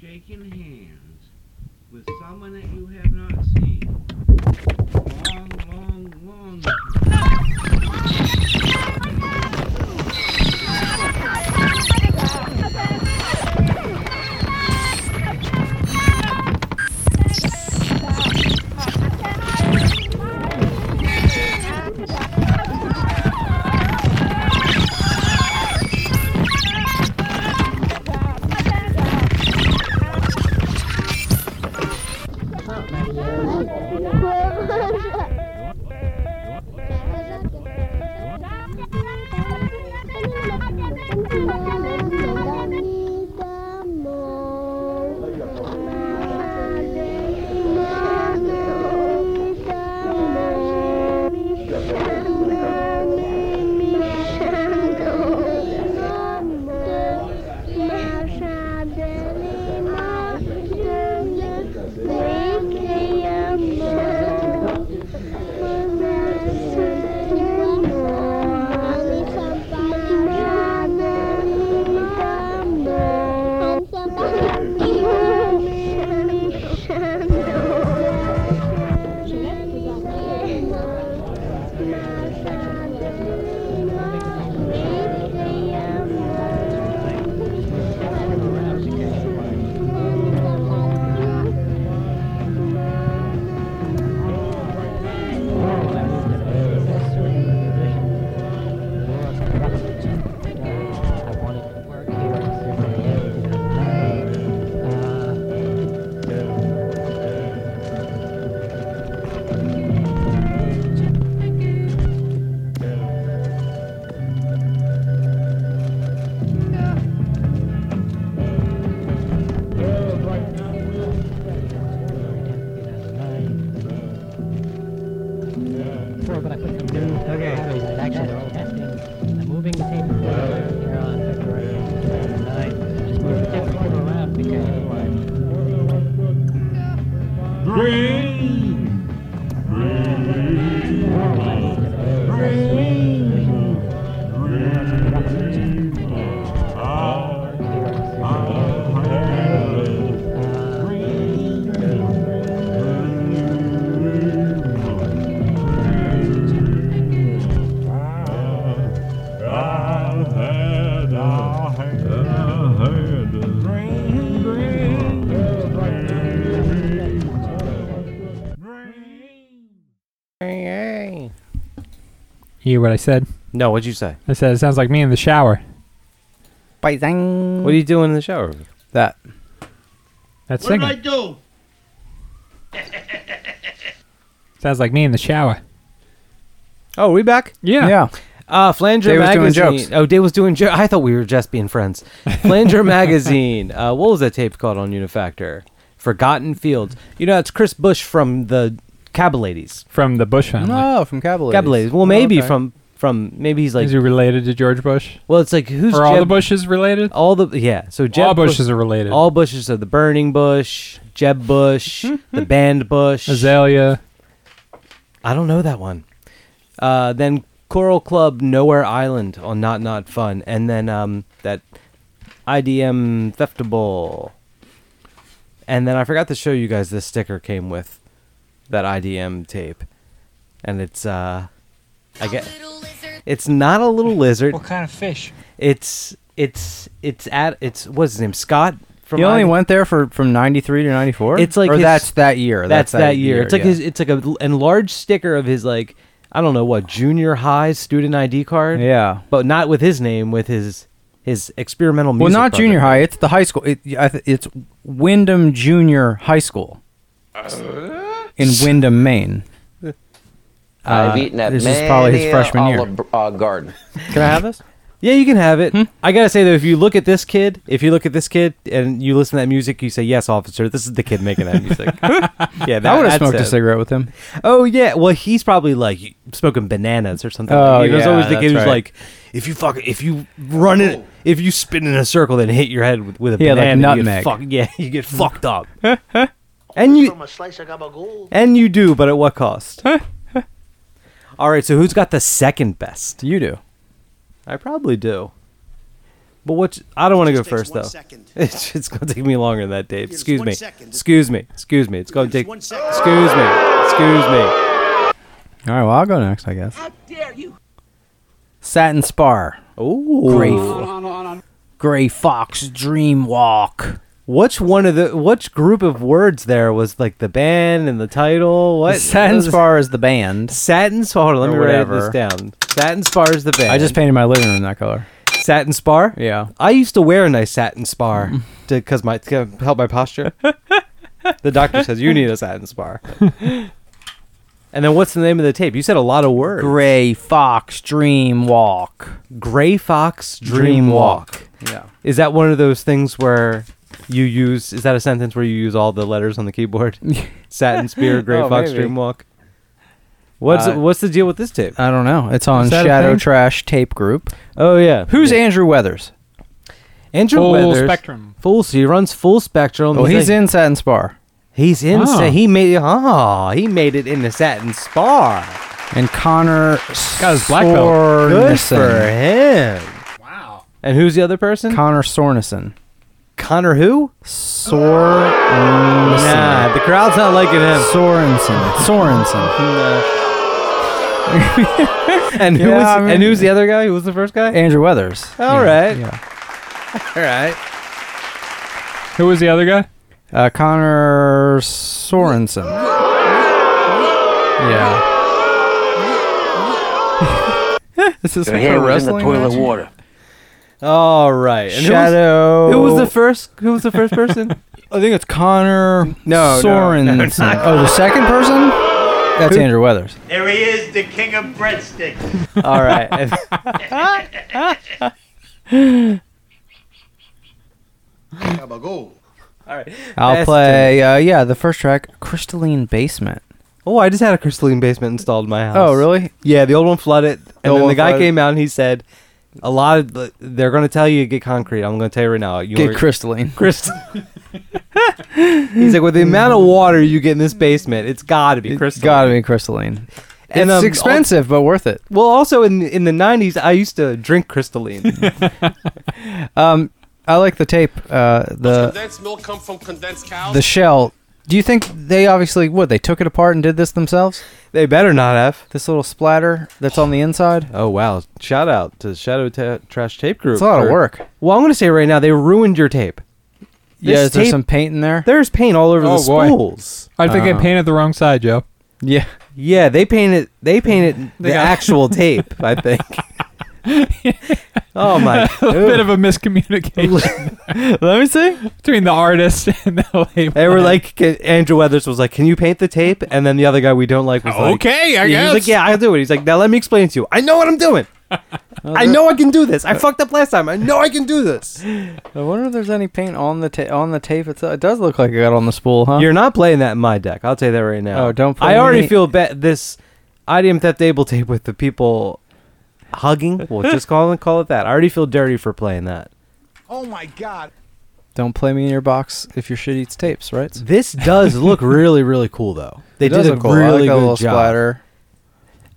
Speaker 6: Shaking hands with someone that you have not seen. Long, long, long.
Speaker 11: You hear what I said?
Speaker 7: No, what'd you say?
Speaker 11: I said it sounds like me in the shower.
Speaker 7: What are you doing in the shower?
Speaker 9: That.
Speaker 11: That's
Speaker 6: What did I
Speaker 11: singing.
Speaker 6: do?
Speaker 11: Sounds like me in the shower.
Speaker 7: Oh, we back?
Speaker 11: Yeah.
Speaker 9: yeah.
Speaker 7: Uh, Flanger
Speaker 9: Dave was
Speaker 7: magazine.
Speaker 9: doing jokes.
Speaker 7: Oh, Dave was doing jokes. I thought we were just being friends. Flanger magazine. Uh, what was that tape called on Unifactor? Forgotten Fields. You know, it's Chris Bush from the Cabaladies.
Speaker 11: From the Bush family.
Speaker 9: No, from Cavaliers. Oh,
Speaker 7: Cabaladies. Well, maybe
Speaker 9: okay.
Speaker 7: from from maybe he's like.
Speaker 11: Is he related to George Bush?
Speaker 7: well, it's like who's
Speaker 11: Are all
Speaker 7: Jeb,
Speaker 11: the Bushes related?
Speaker 7: All the yeah. So Jeb
Speaker 11: all
Speaker 7: Bush-
Speaker 11: Bushes are related.
Speaker 7: All Bushes are the Burning Bush, Jeb Bush, the Band Bush.
Speaker 11: Hmm, Azalea.
Speaker 7: I don't know that one. Uh, then Coral Club Nowhere Island on Not Not Fun, and then um, that IDM Theftable. And then I forgot to show you guys this sticker came with that IDM tape, and it's uh, I get it's not a little lizard.
Speaker 4: What kind of fish?
Speaker 7: It's it's it's at it's what's his name Scott from
Speaker 9: He only
Speaker 7: ID
Speaker 9: went there for from '93 to '94.
Speaker 7: It's like
Speaker 9: or
Speaker 7: his-
Speaker 9: that's that year.
Speaker 7: That's, that year. It's like
Speaker 9: yeah.
Speaker 7: his. It's like a l- enlarged sticker of his like I don't know what junior high student ID card.
Speaker 9: Yeah.
Speaker 7: but not with his name. With his his experimental
Speaker 9: Well,
Speaker 7: music.
Speaker 9: not
Speaker 7: project.
Speaker 9: junior high. It's the high school. It, I th- it's Wyndham Junior High School in
Speaker 7: Uh,
Speaker 9: Wyndham, Maine. Uh,
Speaker 12: I've eaten that
Speaker 9: this is probably his
Speaker 12: many a
Speaker 9: freshman year.
Speaker 12: Olive uh, Garden.
Speaker 7: Can I have this? Yeah, you can have it.
Speaker 9: Hmm?
Speaker 7: I gotta say though, if you look at this kid, if you look at this kid and you listen to that music, you say, "Yes, officer, this is the kid making that music." yeah, that
Speaker 9: I would have
Speaker 7: that's
Speaker 9: smoked a
Speaker 7: it.
Speaker 9: cigarette with him.
Speaker 7: Oh yeah, well he's probably like smoking bananas or something.
Speaker 9: Oh,
Speaker 7: he was
Speaker 9: yeah,
Speaker 7: always the
Speaker 9: that's
Speaker 7: kid who's
Speaker 9: right.
Speaker 7: like, if you fuck, if you run it, if you spin in a circle, then hit your head with, with a
Speaker 9: Yeah, like
Speaker 7: banana, you get
Speaker 9: nutmeg.
Speaker 7: fuck- yeah, you get fucked up. and you
Speaker 13: From a slice of gabagool.
Speaker 7: and you do, but at what cost? All right, so who's got the second best?
Speaker 9: You do.
Speaker 7: I probably do. But what's I don't want to
Speaker 14: It
Speaker 7: go
Speaker 14: just takes
Speaker 7: first
Speaker 14: one
Speaker 7: though.
Speaker 14: second.
Speaker 7: It's, it's gonna take me longer than that, Dave.
Speaker 14: It's
Speaker 7: Excuse
Speaker 14: one
Speaker 7: me.
Speaker 14: second.
Speaker 7: Excuse me. Excuse me. It's gonna
Speaker 14: It's
Speaker 7: take.
Speaker 14: one
Speaker 7: Excuse me.
Speaker 14: second.
Speaker 7: Excuse me.
Speaker 9: All right, well, I'll go next, I guess.
Speaker 14: How dare you?
Speaker 9: Satin Spar.
Speaker 7: Oh,
Speaker 9: Gray, fo- Gray Fox Dream Walk.
Speaker 7: Which one of the which group of words there was like the band and the title? What what
Speaker 9: Satin
Speaker 7: was-
Speaker 9: Spar is the band.
Speaker 7: Satin spar. Hold on, let
Speaker 9: Or
Speaker 7: me
Speaker 9: whatever.
Speaker 7: write this down. Satin spar is the band.
Speaker 9: I just painted my living room that color.
Speaker 7: satin spar.
Speaker 9: Yeah.
Speaker 7: I used to wear a nice satin spar
Speaker 9: Mm.
Speaker 7: because my to help my posture. the doctor says you need a satin spar. and then what's the name of the tape? You said a lot of words.
Speaker 9: Gray Fox Dream Walk.
Speaker 7: Gray Fox Dream,
Speaker 9: Dream
Speaker 7: Walk.
Speaker 9: Walk. Yeah.
Speaker 7: Is that one of those things where you use? Is that a sentence where you use all the letters on the keyboard? Satin spear, Gray
Speaker 9: Oh,
Speaker 7: Fox
Speaker 9: maybe.
Speaker 7: Dream Walk. What's
Speaker 9: Uh,
Speaker 7: what's the deal with this tape?
Speaker 9: I don't know. It's on
Speaker 7: Is that a
Speaker 9: Shadow
Speaker 7: thing?
Speaker 9: Trash Tape Group.
Speaker 7: oh yeah,
Speaker 9: Who's Andrew Weathers?
Speaker 7: Andrew
Speaker 6: Full
Speaker 7: Weathers?
Speaker 6: spectrum.
Speaker 7: Full. So he runs full spectrum.
Speaker 9: Oh, he's
Speaker 7: like-
Speaker 9: in Satin Spar.
Speaker 7: He's in. sa-
Speaker 6: Oh.
Speaker 7: He made. Oh, he made it in the satin spar.
Speaker 9: And Connor
Speaker 6: Got his black belt.
Speaker 7: Good for
Speaker 9: Sornison.
Speaker 7: him. Wow. And who's the other person?
Speaker 9: Connor Sornison.
Speaker 7: Connor who?
Speaker 9: Sornison.
Speaker 7: Nah, the crowd's not liking him.
Speaker 9: Sorensen. Sorensen.
Speaker 7: and who
Speaker 9: Yeah,
Speaker 7: was?
Speaker 9: I mean-
Speaker 7: and who's the other guy? Who was the first guy?
Speaker 9: Andrew Weathers.
Speaker 7: All right.
Speaker 9: Yeah.
Speaker 7: All right.
Speaker 6: Who was the other guy?
Speaker 9: Uh, Connor Sorensen. Yeah. Is this
Speaker 3: Your hair was in the toilet water.
Speaker 7: All right. And who was-
Speaker 9: Shadow.
Speaker 7: Who was the first? Who was the first person?
Speaker 9: I think it's Connor
Speaker 7: No, no,
Speaker 9: Sorensen.
Speaker 7: no, it's not.
Speaker 9: oh, the second person? That's Andrew Weathers.
Speaker 14: There he is, the king of breadsticks.
Speaker 7: All right. And-
Speaker 9: I'll
Speaker 7: Best
Speaker 9: play, uh, yeah, the first track, Crystalline Basement.
Speaker 7: oh, I just had a crystalline basement installed in my house.
Speaker 9: Oh, really?
Speaker 7: Yeah, the old one flooded, and
Speaker 9: old
Speaker 7: then the
Speaker 9: one
Speaker 7: guy
Speaker 9: flooded.
Speaker 7: came out and he said, "A lot of the, they're going to tell you to get concrete. I'm going to tell you right now. You
Speaker 9: Get
Speaker 7: are-
Speaker 9: Crystalline.
Speaker 7: crystal." He's like, with the amount of water you get in this basement, it's got to be crystal.
Speaker 9: Gotta be Crystalline.
Speaker 7: And,
Speaker 9: it's
Speaker 7: um,
Speaker 9: expensive, but worth it.
Speaker 7: Well, also in in the '90s, I used to drink crystalline.
Speaker 9: Um, I like the tape. Uh, the
Speaker 4: Condensed milk come from condensed cows.
Speaker 9: the shell. Do you think they obviously what they took it apart and did this themselves?
Speaker 7: they better not have.
Speaker 9: This little splatter that's on the inside.
Speaker 7: Oh wow! Shout out to Shadow Ta- Trash Tape Group.
Speaker 9: It's a lot of
Speaker 7: for-
Speaker 9: work.
Speaker 7: Well, I'm going to say right now they ruined your tape.
Speaker 9: Yeah,
Speaker 7: This
Speaker 9: is there
Speaker 7: tape-
Speaker 9: some paint in there?
Speaker 7: There's paint all over
Speaker 6: Oh,
Speaker 7: the
Speaker 6: boy.
Speaker 7: spools.
Speaker 6: I think
Speaker 7: Uh-huh.
Speaker 6: I painted the wrong side, Joe.
Speaker 9: Yeah,
Speaker 7: Yeah, they painted they painted the
Speaker 6: got-
Speaker 7: actual tape. I think. oh my!
Speaker 6: A bit of a miscommunication
Speaker 7: Let me see.
Speaker 6: between the artist and the label.
Speaker 7: They were like, can- Andrew Weathers was like, "Can you paint the tape?" And then the other guy we don't like was like,
Speaker 6: okay, I
Speaker 7: He was
Speaker 6: guess.
Speaker 7: like, "Yeah, I'll do it." He's like, "Now let me explain it to you. I know what I'm doing. I know I can do this.
Speaker 6: Uh,
Speaker 7: I fucked up last time. I know I can do this."
Speaker 9: I wonder if there's any paint on the ta- on the tape itself. It does look like it got on the spool, huh?
Speaker 7: You're not playing that in my deck. I'll tell you that right now.
Speaker 9: Oh, don't play
Speaker 7: I already
Speaker 9: me.
Speaker 7: feel bad. This IDM theft table tape with the people hugging. We'll just call it call it that. I already feel dirty for playing that.
Speaker 9: Oh Don't play me in your box if your shit eats tapes, right?
Speaker 7: This does look really really cool though. They
Speaker 9: It
Speaker 7: did
Speaker 9: does
Speaker 7: a
Speaker 9: look cool. I like
Speaker 7: really
Speaker 9: that
Speaker 7: good
Speaker 9: little
Speaker 7: job.
Speaker 9: splatter.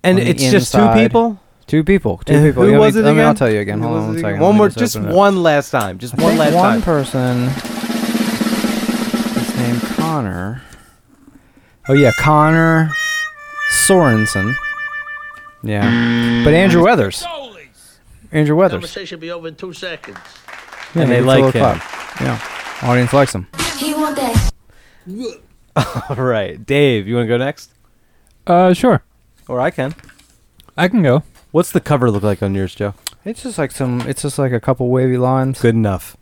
Speaker 7: And
Speaker 9: on the
Speaker 7: it's just two
Speaker 9: inside.
Speaker 7: people.
Speaker 9: Two people. Two
Speaker 7: And
Speaker 9: people.
Speaker 7: Who
Speaker 9: You want
Speaker 7: was
Speaker 9: me-
Speaker 7: it
Speaker 9: let me-
Speaker 7: again?
Speaker 9: I'll tell you again.
Speaker 7: Who
Speaker 9: Hold
Speaker 7: was
Speaker 9: on
Speaker 7: it
Speaker 9: one
Speaker 7: again?
Speaker 9: second.
Speaker 7: One
Speaker 9: Let me
Speaker 7: more,
Speaker 9: just
Speaker 7: just
Speaker 9: open it up.
Speaker 7: one last time. Just
Speaker 9: I
Speaker 7: one
Speaker 9: think
Speaker 7: last time.
Speaker 9: one person. His name Connor. Oh yeah, Connor Sorensen. Yeah, but Andrew Weathers. Andrew Weathers.
Speaker 8: Mm. Conversation be over in two seconds.
Speaker 9: Yeah,
Speaker 7: And they
Speaker 9: it's a
Speaker 7: like
Speaker 9: little
Speaker 7: him.
Speaker 9: clap. Yeah, audience likes him.
Speaker 7: All right, Dave, you want to go next,
Speaker 6: uh, sure,
Speaker 7: or I can.
Speaker 6: I can go.
Speaker 7: What's the cover look like on yours, Joe?
Speaker 9: It's just like some. It's just like a couple wavy lines.
Speaker 7: Good enough.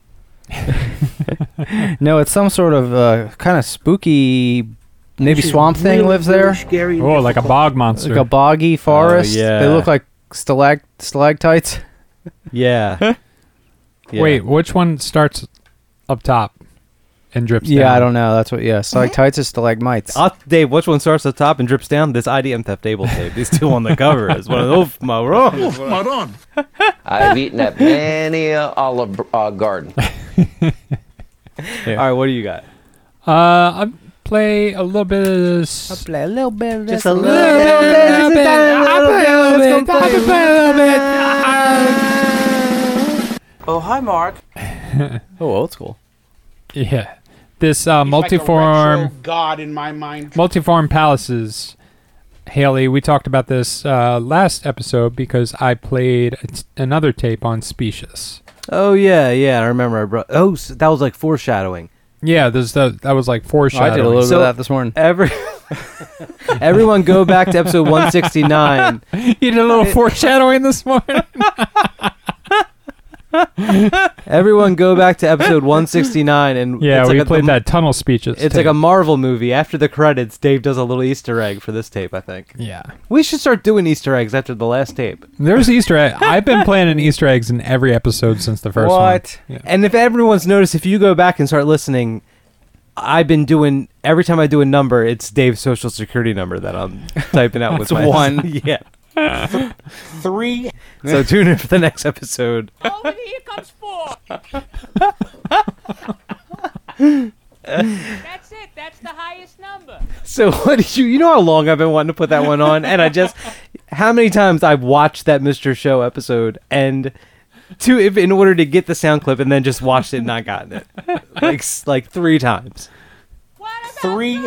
Speaker 9: No, it's some sort of uh, kind of spooky. Maybe swamp thing lives there.
Speaker 14: Scary.
Speaker 6: Oh, like a bog
Speaker 9: It's
Speaker 6: monster.
Speaker 9: like a boggy forest.
Speaker 7: Oh, yeah.
Speaker 9: They look like stalag- stalactites.
Speaker 7: Yeah. Yeah.
Speaker 6: Wait, which one starts up top and drips
Speaker 9: Yeah,
Speaker 6: down?
Speaker 9: I don't know. That's what. Yeah, stalactites is stalagmites.
Speaker 7: I'll, Dave, which one starts at the top and drips down? This IDM theft table tape. These two on the cover is one of those. My wrong.
Speaker 10: I've eaten at many a olive uh, garden.
Speaker 7: All right, what do you got?
Speaker 6: Uh, I play a little bit of this.
Speaker 9: play a little bit. Of
Speaker 7: Just a little bit.
Speaker 6: I play a little bit.
Speaker 2: Oh, hi, Mark.
Speaker 7: oh, old school.
Speaker 6: Yeah. This uh,
Speaker 4: He's like a
Speaker 6: multiform
Speaker 4: retro god in my mind.
Speaker 6: multiform palaces. Haley, we talked about this uh, last episode because I played a t- another tape on Specious.
Speaker 7: Oh yeah, yeah. I remember. I brought. Oh, so that was like foreshadowing.
Speaker 6: Yeah, there's the that was
Speaker 7: Oh,
Speaker 6: like foreshadowing.
Speaker 7: So Every, everyone, go back to episode 169.
Speaker 6: you did a little foreshadowing this morning.
Speaker 7: everyone, go back to episode 169 and
Speaker 6: Yeah,
Speaker 7: it's
Speaker 6: we
Speaker 7: like a-
Speaker 6: played that tunnel speeches.
Speaker 7: It's
Speaker 6: tape.
Speaker 7: like a Marvel movie. After the credits, Dave does a little Easter egg for this tape. I think.
Speaker 6: yeah.
Speaker 7: We should start doing Easter eggs after the last tape.
Speaker 6: There's Easter egg. I've been planning Easter eggs in every episode since the first one.
Speaker 7: what? And if everyone's noticed, if you go back and start listening, I've been doing every time I do a number, it's Dave's social security number that I'm typing out with
Speaker 9: That's
Speaker 7: my
Speaker 9: one.
Speaker 7: yeah.
Speaker 4: Three.
Speaker 7: So tune in for the next episode.
Speaker 11: Oh, here comes four. That's it. That's the highest number.
Speaker 7: So what did you? You know how long I've been wanting to put that one on, and I just how many times I've watched that Mister Show episode and to if in order to get the sound clip and then just watched it and not gotten it like s- like three times.
Speaker 4: Three.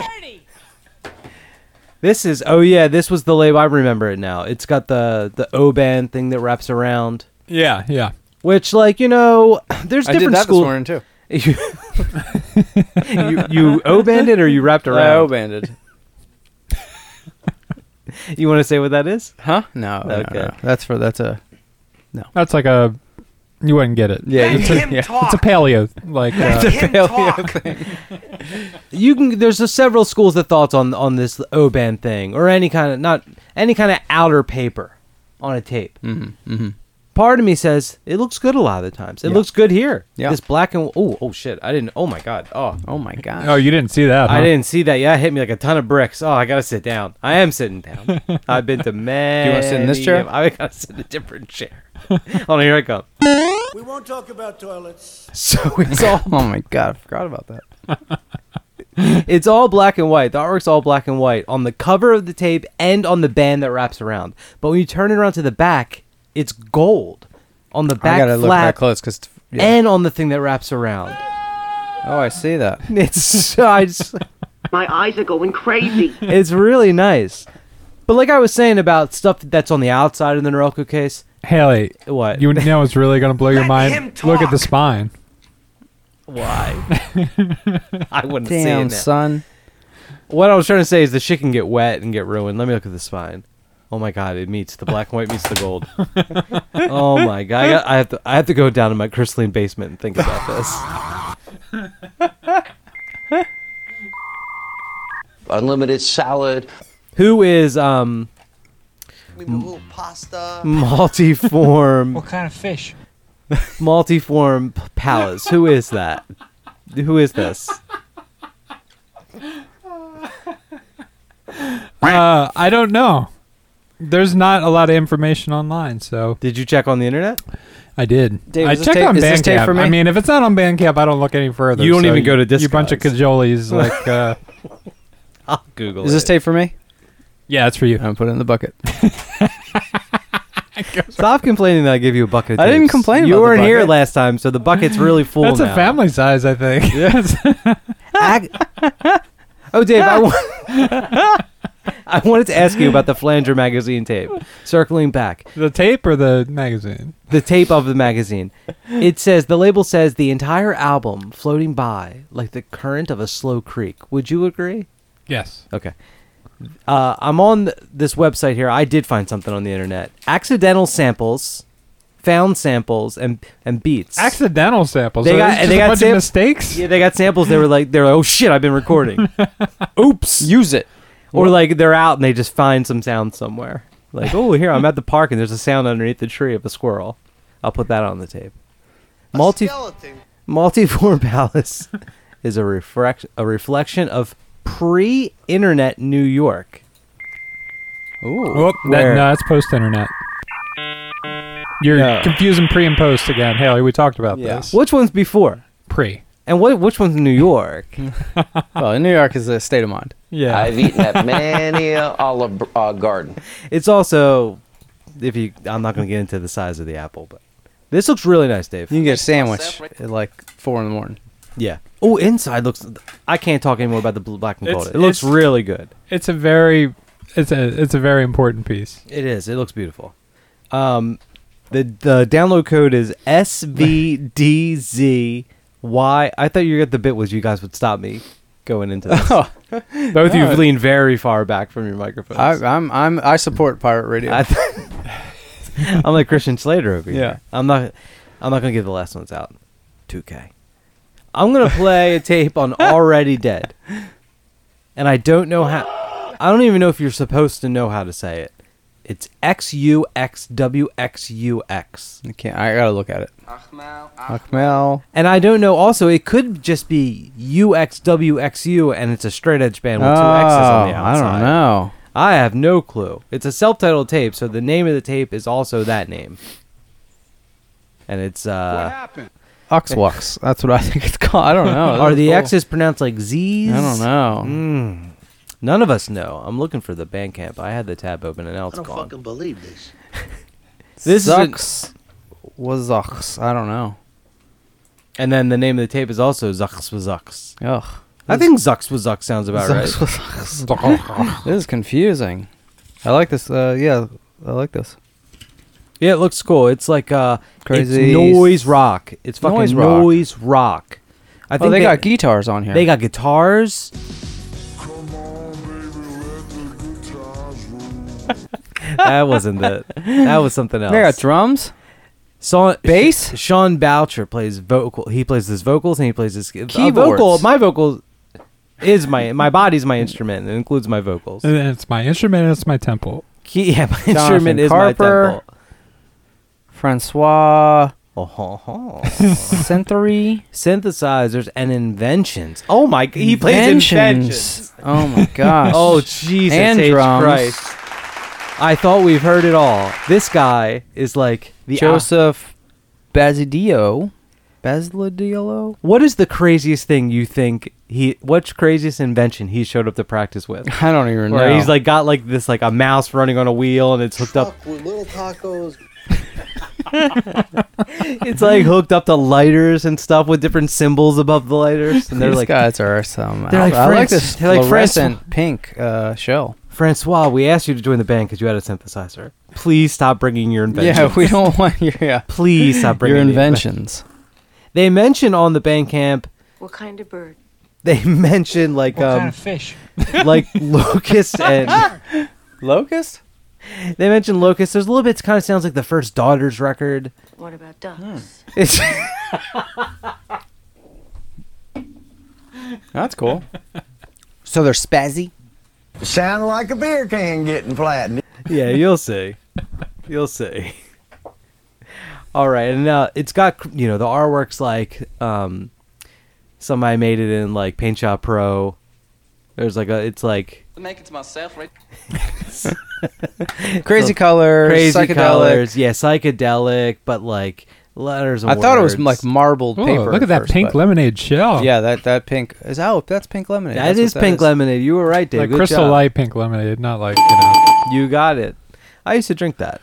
Speaker 7: This is oh yeah, this was the label. I remember it now. It's got the the O band thing that wraps around.
Speaker 6: Yeah, yeah.
Speaker 7: Which like you know, there's
Speaker 9: I
Speaker 7: different
Speaker 9: did that
Speaker 7: school.
Speaker 9: this morning too.
Speaker 7: you you O banded or you wrapped around?
Speaker 9: I banded.
Speaker 7: You want to say what that is?
Speaker 9: Huh? No, no,
Speaker 7: Okay.
Speaker 9: no. That's for that's a
Speaker 6: That's like a you wouldn't get it.
Speaker 9: Yeah, you
Speaker 6: it's,
Speaker 9: couldn't-
Speaker 6: a,
Speaker 9: yeah.
Speaker 6: it's a paleo like uh,
Speaker 9: It's a paleo thing.
Speaker 7: you can there's a, several schools of thoughts on on this oban thing or any kind of not any kind of outer paper on a tape
Speaker 9: Mm-hmm. Mm-hmm.
Speaker 7: part of me says it looks good a lot of the times it
Speaker 9: Yeah.
Speaker 7: looks good here
Speaker 9: Yeah.
Speaker 7: this black and oh oh shit i didn't oh my god oh
Speaker 9: Oh my god.
Speaker 6: Oh, you didn't see that?
Speaker 7: i
Speaker 6: huh?
Speaker 7: didn't see that yeah it hit me like a ton of bricks oh i gotta sit down i am sitting down i've been to man
Speaker 9: wanna sit in this chair?
Speaker 7: i gotta sit in a different chair oh here i come
Speaker 14: We won't talk about toilets.
Speaker 7: so it's all
Speaker 9: oh my god, I forgot about that.
Speaker 7: it's all black and white. The artwork's all black and white on the cover of the tape and on the band that wraps around. But when you turn it around to the back, it's gold on the back
Speaker 9: I gotta
Speaker 7: flap
Speaker 9: look that close because.
Speaker 7: and on the thing that wraps around.
Speaker 9: Oh, I see that.
Speaker 7: It's so- I just-
Speaker 11: My eyes are going crazy.
Speaker 7: it's really nice. But like I was saying about stuff that's on the outside of the Norelco case,
Speaker 6: Haley,
Speaker 7: what?
Speaker 6: you know it's really gonna blow your
Speaker 14: him
Speaker 6: mind. Look at the spine.
Speaker 7: why? I wouldn't say
Speaker 9: Damn,
Speaker 7: that.
Speaker 9: son.
Speaker 7: What I was trying to say is the shit can get wet and get ruined. Let me look at the spine. Oh my god, it meets the black and white meets the gold. oh my god, I, got, I have to I have to go down to my crystalline basement and think about this.
Speaker 10: Unlimited salad.
Speaker 7: Who is um
Speaker 8: We move a little pasta.
Speaker 7: multiform
Speaker 2: What kind of fish?
Speaker 7: multiform p- palace? Who is that? Who is this?
Speaker 6: Uh, I don't know. There's not a lot of information online, so
Speaker 7: Did you check on the internet?
Speaker 6: I did.
Speaker 9: Dave,
Speaker 6: I
Speaker 9: is this
Speaker 6: checked
Speaker 9: tape-
Speaker 6: on
Speaker 9: is this tape
Speaker 6: Bandcamp.
Speaker 9: for me?
Speaker 6: I mean, if it's not on Bandcamp, I don't look any further.
Speaker 7: You don't
Speaker 6: so
Speaker 7: even go to
Speaker 6: You bunch of cajoles like. Uh,
Speaker 7: I'll Google
Speaker 9: Is this
Speaker 7: it.
Speaker 9: tape for me?
Speaker 6: yeah, it's for you.
Speaker 9: I'm putting it in the bucket.
Speaker 7: Stop complaining that I gave you a bucket. Of
Speaker 9: I didn't
Speaker 7: tapes.
Speaker 9: complain
Speaker 7: You
Speaker 9: about the
Speaker 7: weren't here
Speaker 9: bucket.
Speaker 7: last time, so the bucket's really full.
Speaker 6: That's
Speaker 7: now.
Speaker 6: a family size, I think.
Speaker 7: Ag- oh, Dave, I wa- I wanted to ask you about the Flanger magazine tape. Circling back,
Speaker 6: the tape or the magazine?
Speaker 7: the tape of the magazine. It says the label says the entire album floating by like the current of a slow creek. Would you agree?
Speaker 6: Yes.
Speaker 7: Okay. Uh, I'm on th- this website here. I did find something on the internet. Accidental samples, found samples, and and beats.
Speaker 6: Accidental samples.
Speaker 7: They
Speaker 6: so there's
Speaker 7: got-
Speaker 6: just
Speaker 7: they
Speaker 6: a
Speaker 7: got
Speaker 6: bunch
Speaker 7: sam-
Speaker 6: of mistakes.
Speaker 7: yeah, they got samples. They were like, they're like, oh shit, I've been recording. Oops.
Speaker 9: Use it.
Speaker 7: Or like they're out and they just find some sound somewhere. Like, oh, here I'm at the park and there's a sound underneath the tree of a squirrel. I'll put that on the tape. Multi
Speaker 8: Skeleton.
Speaker 7: multiform palace is a reflect a reflection of pre-internet New York.
Speaker 9: Ooh.
Speaker 6: Whoop, Oh, that,
Speaker 7: Where?
Speaker 6: no, that's post internet. You're
Speaker 7: No.
Speaker 6: confusing pre and post again, Haley. We talked about
Speaker 9: Yeah.
Speaker 6: this.
Speaker 7: Which one's before?
Speaker 6: Pre.
Speaker 7: And what which one's New York?
Speaker 6: Mm-hmm.
Speaker 9: Well, in New York is a state of mind.
Speaker 6: Yeah.
Speaker 10: I've eaten at many a olive uh, garden.
Speaker 7: it's also if you I'm not going to get into the size of the apple, but This looks really nice, Dave.
Speaker 9: You can get a sandwich at like four in the morning.
Speaker 7: Yeah. Oh, inside looks. I can't talk anymore about the blue, black and
Speaker 6: It's-
Speaker 7: gold. It looks
Speaker 6: it's-
Speaker 7: really good.
Speaker 6: It's a very, it's a it's a very important piece.
Speaker 7: It is. It looks beautiful. Um, the the download code is SVDZY. I thought you got the bit was you guys would stop me going into this. Both of you
Speaker 9: Oh, No.
Speaker 7: have leaned very far back from your microphones.
Speaker 9: I, I'm I'm I support pirate radio.
Speaker 7: I th- I'm like Christian Slater over here.
Speaker 9: Yeah.
Speaker 7: I'm not. I'm not gonna give the last ones out. 2K. I'm gonna play a tape on Already Dead, and I don't know how. I don't even know if you're supposed to know how to say it. It's X U X W X U X.
Speaker 9: I can't. I gotta look at it. Akmal.
Speaker 7: And I don't know. Also, it could just be U X W X U, and it's a straight edge band with two X's on the
Speaker 9: Oh, I don't
Speaker 7: outside.
Speaker 9: know.
Speaker 7: I have no clue. It's a self-titled tape, so the name of the tape is also that name. And it's uh,
Speaker 9: Oxwalks. That's what I think it's called. I don't know.
Speaker 7: are
Speaker 9: That's
Speaker 7: the
Speaker 9: Oh, cool.
Speaker 7: X's pronounced like Z's?
Speaker 9: I don't know.
Speaker 7: Mm. None of us know. I'm looking for the Bandcamp. I had the tab open and now it's gone.
Speaker 8: fucking believe this.
Speaker 7: This
Speaker 9: Zucks. Was Zucks. I don't know.
Speaker 7: And then the name of the tape is also Zucks was Zucks.
Speaker 9: Ugh.
Speaker 7: I think Zucks was Zucks sounds about
Speaker 9: Zucks
Speaker 7: right.
Speaker 9: this is confusing. I like this. Uh, yeah, I like this. Oh,
Speaker 7: Yeah, it looks cool. It's like uh,
Speaker 9: Crazy
Speaker 7: It's noise rock. It's fucking
Speaker 9: noise
Speaker 7: noise
Speaker 9: rock.
Speaker 7: rock. I
Speaker 9: Oh, they got guitars on here.
Speaker 7: They got guitars. that wasn't it. That was something else.
Speaker 9: They got drums.
Speaker 7: Sean,
Speaker 9: Bass?
Speaker 7: Sh- Sean Boucher plays vocal. He plays his vocals and he plays his keyboard.
Speaker 9: Keyboards.
Speaker 7: vocal. My vocal is my my body's my instrument. and It includes my vocals.
Speaker 6: And it's my instrument. and It's my temple.
Speaker 7: Key, yeah, my
Speaker 9: Jonathan
Speaker 7: instrument is
Speaker 9: Carper.
Speaker 7: my temple.
Speaker 9: Francois.
Speaker 7: Oh, ho, ho.
Speaker 9: Century.
Speaker 7: synthesizers and inventions. Oh my! g- He plays inventions.
Speaker 9: Oh my gosh.
Speaker 7: Oh Jesus
Speaker 9: And
Speaker 7: H.
Speaker 9: drums.
Speaker 7: Christ! I thought we've heard it all. This guy is like the
Speaker 9: Joseph Basilio. Basilio.
Speaker 7: What is the craziest thing you think he? What's craziest invention he showed up to practice with?
Speaker 9: I don't even
Speaker 7: Where
Speaker 9: know.
Speaker 7: he's like got like this like a mouse running on a wheel and it's hooked up.
Speaker 8: Fuck with little tacos.
Speaker 7: It's like hooked up to lighters and stuff with different symbols above the lighters. And they're
Speaker 9: These
Speaker 7: like,
Speaker 9: guys are some.
Speaker 7: They're like
Speaker 9: I like
Speaker 7: Franc-
Speaker 9: this
Speaker 7: they're like
Speaker 9: fluorescent pink uh, shell.
Speaker 7: Francois, we asked you to join the band because you had a synthesizer. Please stop bringing your inventions.
Speaker 9: Yeah, we don't want your yeah.
Speaker 7: Please stop
Speaker 9: your
Speaker 7: bringing the
Speaker 9: inventions.
Speaker 7: They mention on the Bandcamp.
Speaker 11: What kind of bird?
Speaker 7: They mention like um,
Speaker 4: fish?
Speaker 7: like locust and
Speaker 9: Locust.
Speaker 7: they mention locust. There's a little bit. Kind of sounds like the first daughter's record.
Speaker 11: What about ducks?
Speaker 7: It's
Speaker 9: That's cool.
Speaker 7: so they're spazzy.
Speaker 14: Sounded like a beer can getting flattened.
Speaker 7: Yeah, you'll see. You'll see. All right, and now it's got cr- you know the artwork's like um, somebody made it in like Paint Shop Pro. There's like a it's like
Speaker 8: Make it to myself, right?
Speaker 9: Crazy
Speaker 7: So-
Speaker 9: colors.
Speaker 7: crazy
Speaker 9: psychedelic.
Speaker 7: colors. Yeah, psychedelic, but like letters. And
Speaker 9: I thought it was
Speaker 7: words.
Speaker 9: like marbled
Speaker 6: Ooh,
Speaker 9: paper.
Speaker 6: Oh, look at that
Speaker 9: first,
Speaker 6: pink
Speaker 9: but-
Speaker 6: lemonade shell.
Speaker 9: Yeah, that that pink is oh that's pink lemonade.
Speaker 7: that
Speaker 9: That's
Speaker 7: is
Speaker 9: what
Speaker 7: pink lemonade. You were right, Dave.
Speaker 6: like
Speaker 7: Good
Speaker 6: crystal
Speaker 7: job.
Speaker 6: light pink lemonade, not like you know.
Speaker 7: You got it. I used to drink that.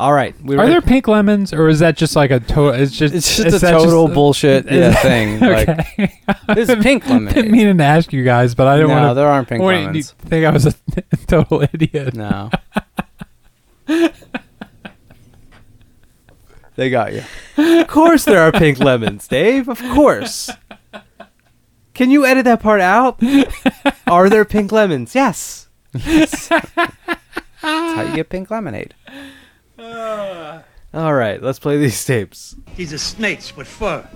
Speaker 7: All right, we
Speaker 6: Are there pink lemons, or is that just like a total? It's just
Speaker 9: It's just
Speaker 6: is
Speaker 9: a
Speaker 6: that
Speaker 9: total bullshit
Speaker 6: is
Speaker 9: yeah,
Speaker 6: that-
Speaker 9: thing. Like
Speaker 6: Okay.
Speaker 9: this is pink
Speaker 6: Didn't
Speaker 9: lemonade.
Speaker 6: mean to ask you guys, but I
Speaker 9: No,
Speaker 6: didn't want to.
Speaker 9: there aren't pink
Speaker 6: Wait, do you
Speaker 9: lemons.
Speaker 6: think I was a total idiot?
Speaker 9: No. they got you.
Speaker 7: Of course, there are pink lemons, Dave. Of course. Can you edit that part out? Are there pink lemons? Yes.
Speaker 9: That's how you get pink lemonade.
Speaker 7: All right, let's play these tapes.
Speaker 14: He's a snake with fur.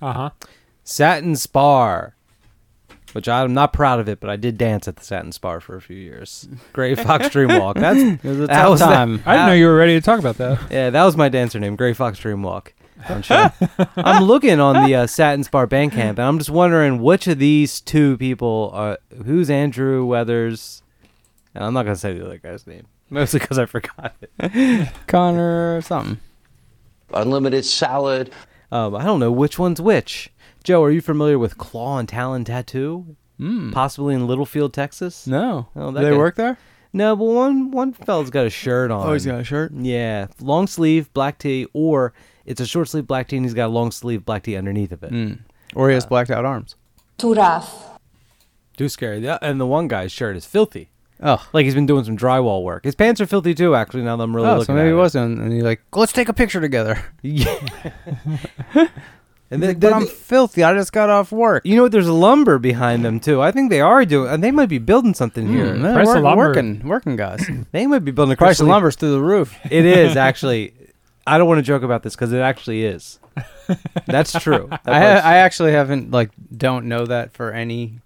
Speaker 6: Uh huh.
Speaker 7: Satin Spar, which I'm not proud of it, but I did dance at the Satin Spar for a few years. Gray Fox Dreamwalk. That's
Speaker 9: It was a tough time.
Speaker 6: I didn't know
Speaker 7: that-
Speaker 6: you were ready to talk about that.
Speaker 7: Yeah, that was my dancer name, Gray Fox Dreamwalk. on Shun. I'm looking on the uh, Satin Spar Bandcamp, and I'm just wondering which of these two people are who's Andrew Weathers, and I'm not gonna say the other guy's name mostly because I forgot it.
Speaker 9: Connor something.
Speaker 7: Unlimited salad. Um, I don't know which one's which. Joe, are you familiar with Claw and Talon Tattoo?
Speaker 9: Mm.
Speaker 7: Possibly in Littlefield, Texas.
Speaker 9: No.
Speaker 7: Oh,
Speaker 9: Do they work there?
Speaker 7: No, but one one fella's got a shirt on.
Speaker 9: Oh, he's got a shirt?
Speaker 7: Yeah, long sleeve black tee, or it's a short sleeve black tee, and he's got a long sleeve black tee underneath of it.
Speaker 9: Hmm. Or he has blacked out arms.
Speaker 15: Too rough.
Speaker 7: Too scary. The- And the one guy's shirt is filthy.
Speaker 9: Oh,
Speaker 7: like he's been doing some drywall work. His pants are filthy too. Actually, now that I'm really
Speaker 9: oh,
Speaker 7: looking
Speaker 9: so maybe
Speaker 7: at
Speaker 9: he
Speaker 7: it.
Speaker 9: wasn't. And he's like, let's take a picture together.
Speaker 7: Yeah.
Speaker 9: and then, but I'm filthy. I just got off work.
Speaker 7: You know what? There's lumber behind them too. I think they are doing, and they might be building something here.
Speaker 9: Mm, they're Price of work- lumber. working- working guys.
Speaker 7: they might be building a
Speaker 9: Price
Speaker 7: crystal-
Speaker 9: of Mm. lumber's through the roof.
Speaker 7: It is actually. I don't want to joke about this because it actually is. That's true. That
Speaker 9: I,
Speaker 7: part's-
Speaker 9: ha- I actually haven't like don't know that for any.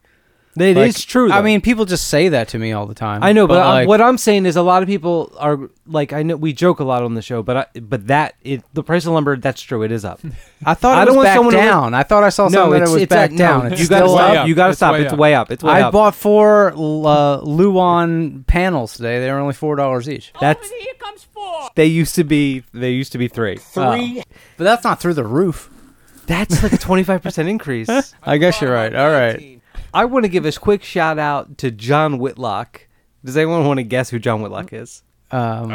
Speaker 7: It
Speaker 9: It is
Speaker 7: is true,
Speaker 9: I
Speaker 7: though.
Speaker 9: mean, people just say that to me all the time.
Speaker 7: I know, but, I-
Speaker 9: like,
Speaker 7: what I'm saying is a lot of people are like I know we joke a lot on the show, but I, but that it the price of lumber that's true. It is up.
Speaker 9: I thought it was back down. I thought I saw something that it
Speaker 7: it's-
Speaker 9: was
Speaker 7: it's
Speaker 9: back
Speaker 7: at- no,
Speaker 9: down. It's
Speaker 7: you gotta
Speaker 9: still
Speaker 7: stop.
Speaker 9: up.
Speaker 7: You gotta stop. It's way up. It's way
Speaker 9: I
Speaker 7: up.
Speaker 9: bought four l- uh, Luon panels today. They were only four dollars each.
Speaker 7: That's they used to be they used to be three.
Speaker 9: Three. but that's not through the roof.
Speaker 7: That's like a twenty five percent increase.
Speaker 9: I guess you're right. All right.
Speaker 7: I want to give a quick shout out to John Whitlock. Does anyone want to guess who John Whitlock is?
Speaker 9: Um,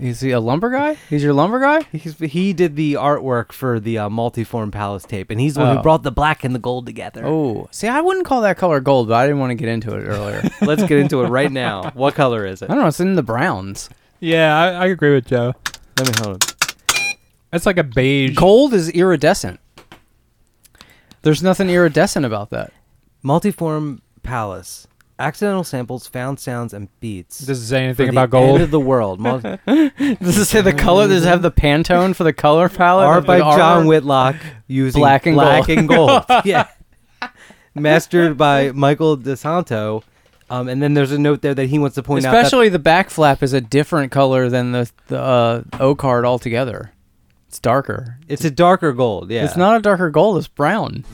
Speaker 9: is he a lumber guy? He's your lumber guy?
Speaker 7: He's, he did the artwork for the uh, multiform palace tape, and he's the one
Speaker 9: Oh.
Speaker 7: who brought the black and the gold together.
Speaker 9: Oh, see, I wouldn't call that color gold, but I didn't want to get into it earlier.
Speaker 7: Let's get into it right now. What color is it?
Speaker 9: I don't know. It's in the browns.
Speaker 6: Yeah, I, I agree with Joe.
Speaker 7: Let me hold it.
Speaker 6: That's like a beige.
Speaker 9: Gold is iridescent. There's nothing iridescent about that.
Speaker 7: Multiform palace. Accidental samples, found sounds, and beats.
Speaker 6: Does it say anything
Speaker 7: for
Speaker 6: about
Speaker 7: the
Speaker 6: gold?
Speaker 7: End of the world. Mul-
Speaker 9: Does it say the color? Does it have the Pantone for the color palette?
Speaker 7: Art by
Speaker 9: The artwork?
Speaker 7: John Whitlock using
Speaker 9: Black and gold.
Speaker 7: yeah. Mastered by Michael DeSanto. Um, and then there's a note there that he wants to point out. that-
Speaker 9: Especially the back flap is a different color than the, the uh, O card altogether. It's darker.
Speaker 7: It's a darker gold, yeah.
Speaker 9: It's not a darker gold. It's brown.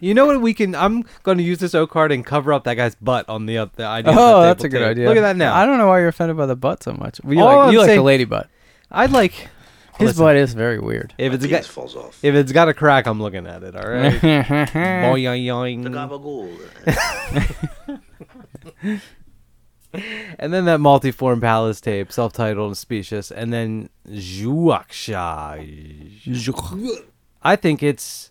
Speaker 7: You know what? We can. I'm going to use this O card and cover up that guy's butt on the up. The idea.
Speaker 9: oh, that's a good idea.
Speaker 7: Look at that now.
Speaker 9: I don't know why you're offended by the butt so much. You
Speaker 7: All
Speaker 9: like,
Speaker 7: I'm
Speaker 9: you like
Speaker 7: saying-
Speaker 9: the lady butt.
Speaker 7: I'd like.
Speaker 9: His
Speaker 7: Listen.
Speaker 9: butt is very weird.
Speaker 7: If it's got, if it's got a crack, I'm looking at it. All right. Boing, yoing. and then that multiform palace tape, self-titled and specious, and then Zhuaksha. I think it's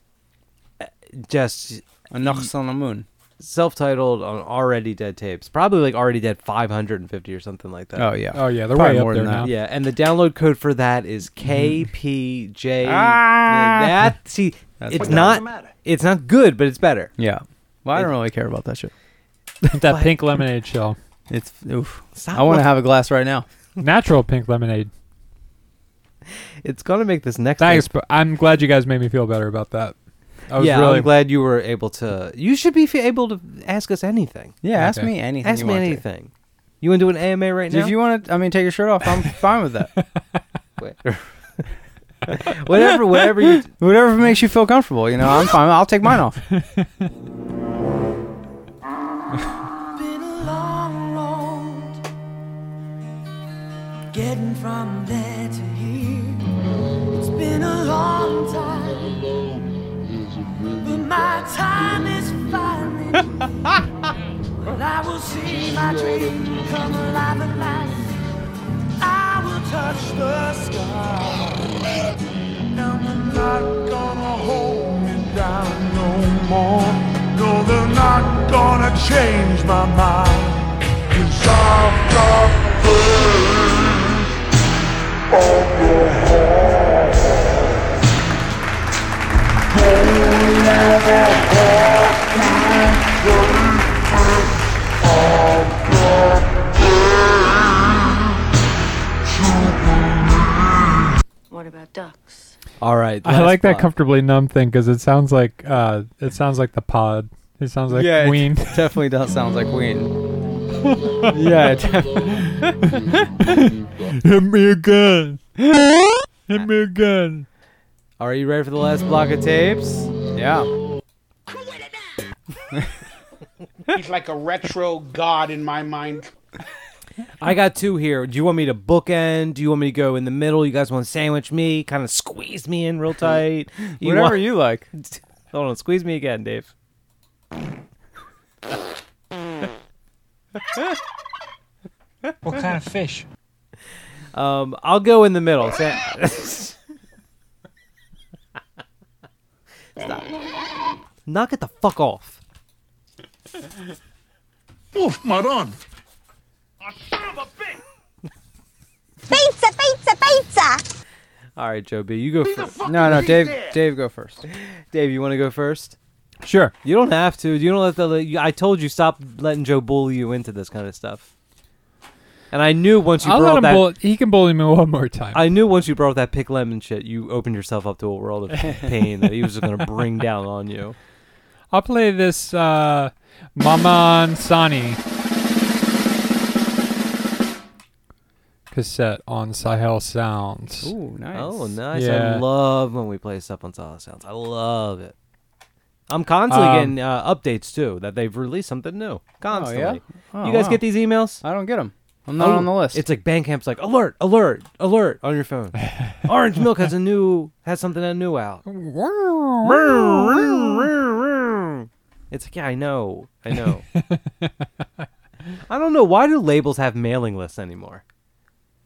Speaker 7: uh, just
Speaker 9: a knocks on the moon.
Speaker 7: Self-titled on already dead tapes, probably like already dead 550 or something like that.
Speaker 9: Oh, yeah.
Speaker 6: Oh, yeah, they're
Speaker 9: Probably
Speaker 6: way up
Speaker 9: more
Speaker 6: there
Speaker 9: than
Speaker 6: now.
Speaker 9: that.
Speaker 7: Yeah, and the download code for that is
Speaker 9: Mm-hmm.
Speaker 7: KPJ. That see,
Speaker 9: Ah! That's
Speaker 7: it's
Speaker 9: better.
Speaker 7: not it's not good, but it's better.
Speaker 9: Yeah. Well, I don't
Speaker 7: It-
Speaker 9: really care about that shit.
Speaker 6: that pink lemonade shell.
Speaker 9: It's oof.
Speaker 7: Stop
Speaker 9: I want to
Speaker 7: look-
Speaker 9: have a glass right now.
Speaker 6: Natural pink lemonade.
Speaker 7: It's gonna make this next.
Speaker 6: Thanks, but I'm glad you guys made me feel better about that. I was
Speaker 7: yeah,
Speaker 6: really
Speaker 7: I'm glad you were able to. You should be f- able to ask us anything.
Speaker 9: Yeah, ask
Speaker 6: Okay.
Speaker 9: me anything.
Speaker 7: Ask
Speaker 9: you
Speaker 7: me
Speaker 9: want to.
Speaker 7: anything. You want to do an AMA right now?
Speaker 9: If you want to, I mean, take your shirt off. I'm fine with that.
Speaker 7: whatever, whatever you.
Speaker 9: Whatever makes you feel comfortable. You know, I'm fine. I'll take mine off.
Speaker 16: Getting from there to here. It's been a long time. But my time is finally. well, I will see my dream come alive at last. I will touch the sky. Now they're not gonna hold me down no more. No, they're not gonna change my mind. Cause I've got
Speaker 11: are ducks.
Speaker 7: All right.
Speaker 6: I like that comfortably numb thing because it sounds like uh, it sounds like the pod. It sounds like
Speaker 9: yeah,
Speaker 6: Queen.
Speaker 9: It definitely does sounds like Ween.
Speaker 6: yeah,
Speaker 9: Hit me a gun. Hit me a gun.
Speaker 7: Are you ready for the last block of tapes?
Speaker 9: Yeah.
Speaker 4: He's like a retro god in my mind.
Speaker 7: I got two here. Do you want me to bookend? Do you want me to go in the middle? You guys want to sandwich me? Kind of squeeze me in real tight?
Speaker 9: Whatever
Speaker 7: you like. Hold on, squeeze me again, Dave.
Speaker 2: What kind of fish?
Speaker 7: Um, I'll go in the middle. Sa- Stop. Knock it the fuck off.
Speaker 16: Oof, moron.
Speaker 15: Pizza, pizza, pizza.
Speaker 7: All right, Joe B, you go first.
Speaker 9: No, no, Dave. Dave, go first.
Speaker 7: Dave, you want to go first?
Speaker 6: Sure.
Speaker 7: You don't have to. You don't have to. let- you- I told you stop letting Joe bully you into this kind of stuff. And I knew once you
Speaker 6: I'll let
Speaker 7: brought
Speaker 6: him
Speaker 7: that.
Speaker 6: bull- he can bully me one more time.
Speaker 7: I knew once you brought that pick lemon shit, you opened yourself up to a world of pain that he was just gonna bring down on you.
Speaker 6: I'll play this uh, Maman Sani cassette on Sahel Sounds.
Speaker 9: Ooh, nice.
Speaker 7: Oh, nice! I
Speaker 6: Yeah.
Speaker 7: love when we play stuff on Solid Sounds. I love it. I'm constantly
Speaker 9: Um,
Speaker 7: getting uh, updates too that they've released something new. Constantly.
Speaker 9: Oh,
Speaker 7: you guys
Speaker 9: wow.
Speaker 7: get these emails?
Speaker 9: I don't get them. I'm not
Speaker 7: Oh,
Speaker 9: on the list.
Speaker 7: It's like Bandcamp's like alert, alert, alert on your phone. Orange Milk has a new has something that new out. It's like yeah, I know, I know. I don't know why do labels have mailing lists anymore.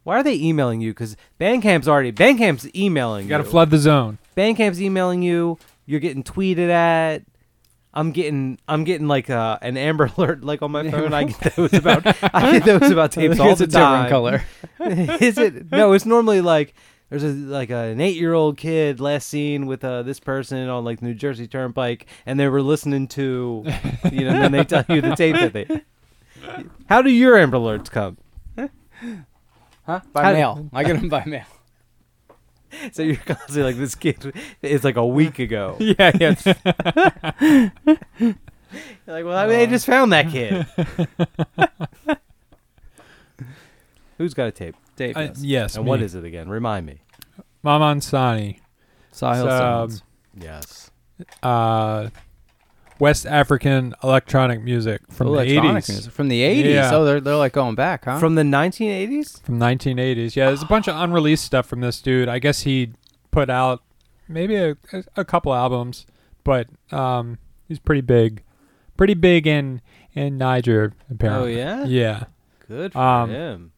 Speaker 7: Why are they emailing you? Because Bandcamp's already Bandcamp's emailing you.
Speaker 6: You gotta flood the zone.
Speaker 7: Bandcamp's emailing you. You're getting tweeted at. I'm getting I'm getting like uh, an Amber Alert like on my phone. I get those about I get those about tapes
Speaker 9: It's
Speaker 7: all
Speaker 9: a
Speaker 7: the time.
Speaker 9: different color.
Speaker 7: Is it? No, it's normally like there's a, like an eight year old kid last seen with uh, this person on like the New Jersey Turnpike, and they were listening to you know. And then they tell you the tape that they. How do your Amber Alerts come?
Speaker 9: Huh?
Speaker 7: How-
Speaker 9: By mail. I get them by mail.
Speaker 7: So you're constantly like this kid is like a week ago.
Speaker 9: Yeah, yeah.
Speaker 7: You're like, well, I mean, I just found that kid. Who's got a tape? Dave.
Speaker 6: Uh,
Speaker 7: does.
Speaker 6: yes,
Speaker 7: And what
Speaker 6: me.
Speaker 7: is it again? Remind me.
Speaker 6: Maman Sani.
Speaker 9: Sahel
Speaker 6: It's,
Speaker 9: Sounds.
Speaker 7: Yes.
Speaker 6: Uh, West African electronic music from the
Speaker 9: Electronic
Speaker 6: 80s.
Speaker 9: music From the 80s.
Speaker 6: Yeah.
Speaker 9: Oh, they're, they're like going back, huh?
Speaker 7: From the 1980s?
Speaker 6: from 1980s. Yeah, there's a bunch of unreleased stuff from this dude. I guess he put out maybe a, a, a couple albums, but um, he's pretty big, pretty big in in Niger apparently.
Speaker 7: Oh, yeah?
Speaker 9: Oh,
Speaker 6: yeah. Um,
Speaker 7: Good for him.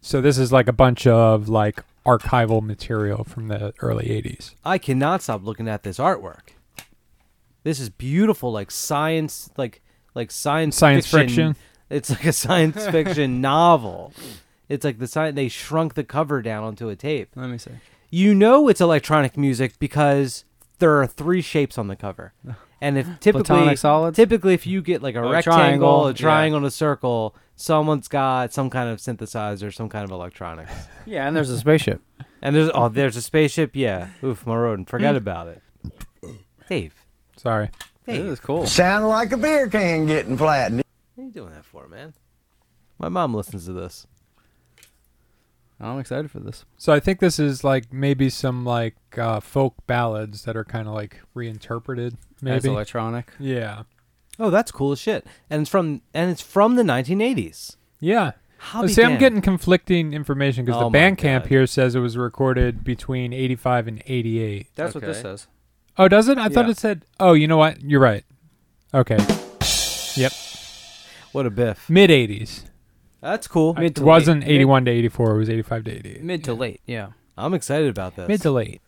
Speaker 6: So this is like a bunch of like archival material from the early 80s.
Speaker 7: I cannot stop looking at this artwork. This is beautiful, like science, like like science
Speaker 6: Science fiction.
Speaker 7: It's like a science fiction novel. It's like the science they shrunk the cover down onto a tape.
Speaker 9: Let me see.
Speaker 7: You know it's electronic music because there are three shapes on the cover, and if typically
Speaker 9: Platonic solids?
Speaker 7: typically if you get like a
Speaker 9: Oh, a
Speaker 7: rectangle,
Speaker 9: triangle,
Speaker 7: a
Speaker 9: yeah.
Speaker 7: triangle, and a circle, someone's got some kind of synthesizer, some kind of electronics.
Speaker 9: Yeah, and there's a spaceship.
Speaker 7: And there's oh, there's a spaceship. Yeah, oof, Maroon, forget about it. Dave,
Speaker 6: Sorry.
Speaker 7: Hey.
Speaker 9: This is cool.
Speaker 14: Sound like a beer can getting flattened.
Speaker 7: what are you doing that for, man? My mom listens to this.
Speaker 9: Oh, I'm excited for this.
Speaker 6: So I think this is like maybe some like uh, folk ballads that are kind of like reinterpreted. Maybe
Speaker 9: That's electronic.
Speaker 6: Yeah.
Speaker 7: Oh, that's cool as shit. And it's from and it's from the 1980s.
Speaker 6: Yeah.
Speaker 7: How
Speaker 6: Uh,
Speaker 7: be
Speaker 6: See, I'm
Speaker 7: damned.
Speaker 6: getting conflicting information because the
Speaker 7: Oh my
Speaker 6: Bandcamp
Speaker 7: God.
Speaker 6: here says it was recorded between 85 and 88.
Speaker 9: That's what this says.
Speaker 6: Oh, does it? I thought
Speaker 9: Yeah.
Speaker 6: it said. Oh, you know what? You're right. Okay. Yep.
Speaker 7: What a biff.
Speaker 6: Mid 80s.
Speaker 7: That's cool.
Speaker 9: Mid
Speaker 6: It
Speaker 9: to
Speaker 6: wasn't
Speaker 9: late.
Speaker 6: 81 to 84. It was 85 to 88.
Speaker 9: Mid to late, yeah.
Speaker 7: I'm excited about this.
Speaker 6: Mid to late.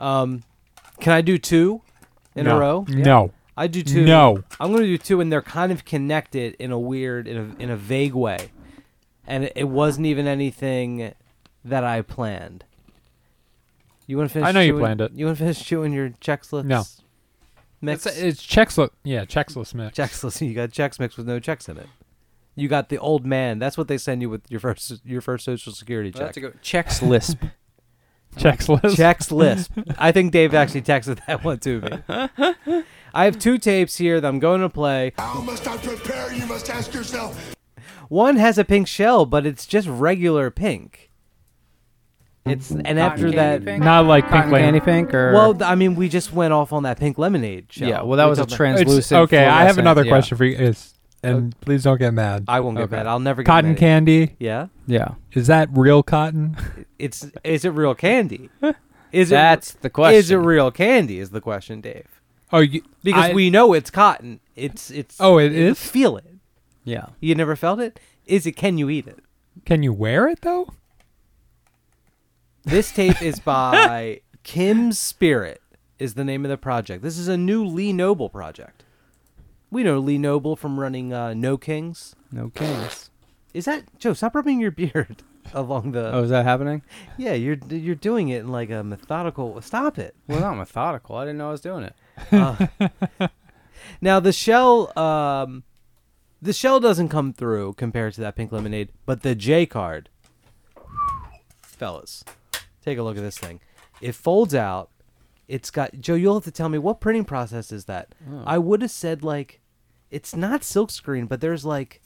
Speaker 7: Um, can I do two in
Speaker 6: No.
Speaker 7: a row?
Speaker 6: No.
Speaker 7: I do two.
Speaker 6: No.
Speaker 7: I'm gonna do two, and they're kind of connected in a weird, in a in a vague way, and it, it wasn't even anything that I planned. You want to finish?
Speaker 6: I know you
Speaker 7: chewing-
Speaker 6: planned it.
Speaker 7: You want to finish chewing your checks list?
Speaker 6: No.
Speaker 7: Mix.
Speaker 6: It's, it's Chexless. Yeah, Chexless mix.
Speaker 7: checks list. You got checks mixed with no checks in it. You got the old man. That's what they send you with your first your first social security
Speaker 9: We'll have
Speaker 7: check.
Speaker 9: to go checks lisp.
Speaker 6: Checks list.
Speaker 7: Checks list. I think Dave actually texted that one to me. I have two tapes here that I'm going to play.
Speaker 16: How must I prepare? You must ask yourself.
Speaker 7: One has a pink shell, but it's just regular pink. It's and after
Speaker 9: Mm-hmm. candy
Speaker 7: that,
Speaker 9: pink? Not like Cotton pink lemon- candy pink or-
Speaker 7: well, th- I mean, we just went off on that pink lemonade. Shell.
Speaker 9: Yeah, well, that
Speaker 7: We
Speaker 9: was a
Speaker 7: talked about-
Speaker 9: trans-
Speaker 6: It's-
Speaker 9: Translucent
Speaker 6: okay, I have
Speaker 9: fluorescent,
Speaker 6: another
Speaker 9: yeah.
Speaker 6: question for you. Is and please don't get mad.
Speaker 7: I won't get mad. I'll never get
Speaker 6: cotton
Speaker 7: mad.
Speaker 6: candy.
Speaker 7: Yeah?
Speaker 9: Yeah.
Speaker 6: Is that real cotton?
Speaker 7: It's is it real candy? Is
Speaker 9: That's
Speaker 7: it,
Speaker 9: the question.
Speaker 7: Is it real candy? Is the question, Dave?
Speaker 6: Oh, you,
Speaker 7: because
Speaker 9: I-
Speaker 7: we know it's cotton. It's it's.
Speaker 6: Oh, it
Speaker 7: you
Speaker 6: is?
Speaker 7: Feel it.
Speaker 9: Yeah.
Speaker 7: You never felt it. Is it? Can you eat it?
Speaker 6: Can you wear it though?
Speaker 7: This tape is by Kim's Spirit. Is the name of the project. This is a new Lee Noble project. We know Lee Noble from running uh, No Kings.
Speaker 9: No kings.
Speaker 7: Is that Joe? Stop rubbing your beard along the.
Speaker 9: Oh, is that happening?
Speaker 7: Yeah, you're you're doing it in like a methodical. Stop it.
Speaker 9: Well, not methodical. I didn't know I was doing it.
Speaker 7: Uh, now the shell, um, the shell doesn't come through compared to that pink lemonade, but the J card, fellas, take a look at this thing. It folds out. It's got Joe. You'll have to tell me what printing process is that.
Speaker 9: Oh.
Speaker 7: I would have said like, it's not silkscreen, but there's like,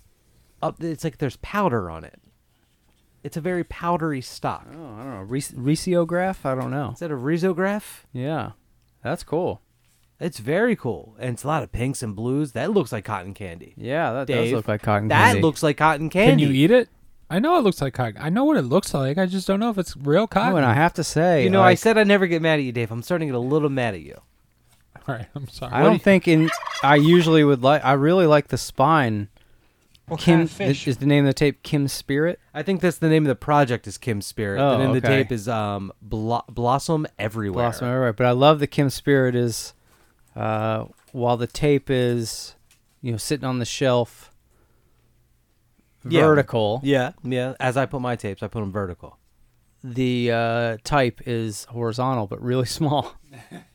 Speaker 7: up. It's like there's powder on it. It's a very powdery stock.
Speaker 9: Oh, I don't know. Re- Resiograph? I don't know.
Speaker 7: Is that a risograph?
Speaker 9: Yeah. That's cool.
Speaker 7: It's very cool, and it's a lot of pinks and blues. That looks like cotton candy.
Speaker 9: Yeah, that does
Speaker 7: Dave,
Speaker 9: look like cotton
Speaker 7: that
Speaker 9: candy.
Speaker 7: looks like cotton candy.
Speaker 6: Can you eat it? I know it looks like cotton. I know what it looks like. I just don't know if it's real cotton.
Speaker 9: Oh, and I have to say,
Speaker 7: You know, I
Speaker 9: like,
Speaker 7: said I never get mad at you, Dave. I'm starting to get a little mad at you.
Speaker 6: All right, I'm sorry.
Speaker 9: I don't think in. I usually would like. I really like the spine.
Speaker 7: What
Speaker 9: Kim
Speaker 7: kind of fish?
Speaker 9: is the name of the tape. Kim Spirit.
Speaker 7: I think that's the name of the project is Kim Spirit.
Speaker 9: Oh,
Speaker 7: the name of the
Speaker 9: okay.
Speaker 7: tape is um, Blo- Blossom Everywhere.
Speaker 9: Blossom everywhere. But I love the Kim Spirit is, uh, while the tape is, you know, sitting on the shelf.
Speaker 7: Yeah.
Speaker 9: Vertical.
Speaker 7: Yeah, yeah. As I put my tapes, I put them vertical.
Speaker 9: The uh, type is horizontal, but really small.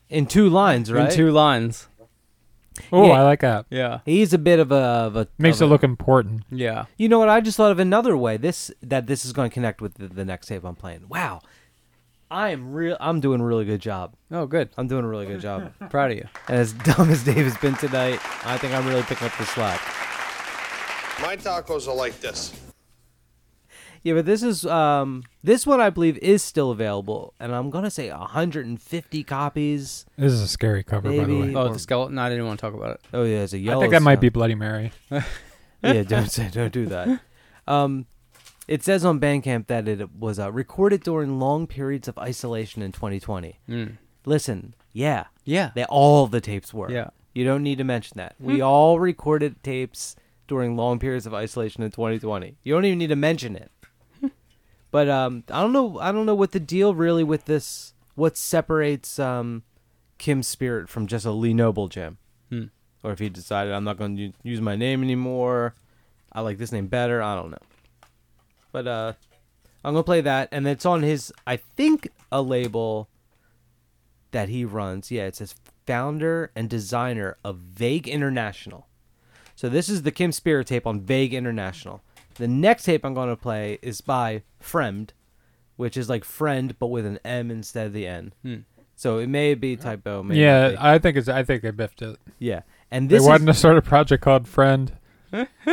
Speaker 7: In two lines, right?
Speaker 9: In two lines.
Speaker 6: Oh,
Speaker 7: Yeah.
Speaker 6: I like that.
Speaker 9: Yeah.
Speaker 7: He's a bit of a. Of a
Speaker 6: Makes
Speaker 7: of
Speaker 6: it
Speaker 7: a-
Speaker 6: look important.
Speaker 9: Yeah.
Speaker 7: You know what? I just thought of another way this that this is going to connect with the, the next tape I'm playing. Wow, I am real. I'm doing a really good job.
Speaker 9: Oh, good.
Speaker 7: I'm doing a really good job.
Speaker 9: Proud of you.
Speaker 7: And as dumb as Dave has been tonight, I think I'm really picking up the slack.
Speaker 17: My tacos are like this.
Speaker 7: Yeah, but this is um this one I believe is still available, and I'm gonna say 150 copies.
Speaker 6: This is a scary cover, by the way.
Speaker 7: Maybe.
Speaker 9: Oh,
Speaker 7: Or-
Speaker 9: the skeleton. I didn't want to talk about it.
Speaker 7: Oh yeah, it's a
Speaker 6: I
Speaker 7: yellow.
Speaker 6: think that might
Speaker 7: stuff.
Speaker 6: be Bloody Mary.
Speaker 7: yeah, don't say, don't do that. Um, it says on Bandcamp that it was uh, recorded during long periods of isolation in 2020.
Speaker 6: Hmm.
Speaker 9: Mm.
Speaker 7: Listen, yeah,
Speaker 9: Yeah.
Speaker 7: they, all the tapes were.
Speaker 9: Yeah.
Speaker 7: you don't need to mention that. We all recorded tapes during long periods of isolation in 2020. You don't even need to mention it. but um, I don't know. I don't know what the deal really with this. What separates um, Kim's Spirit from just a Lee Noble gem?
Speaker 9: Hmm.
Speaker 7: or if he decided I'm not going to use my name anymore. I like this name better. I don't know. But uh I'm going to play that and it's on his I think a label that he runs. Yeah, it says founder and designer of Vague International. So this is the Kim Spirit tape on Vague International. The next tape I'm going to play is by Fremd, which is like friend but with an M instead of the N.
Speaker 9: Hmm.
Speaker 7: So it may be typo. May not
Speaker 6: yeah,
Speaker 7: be.
Speaker 6: I think it's. I think they biffed it.
Speaker 7: Yeah, and
Speaker 6: They
Speaker 7: this is
Speaker 6: wanted to start a project called Friend.
Speaker 7: and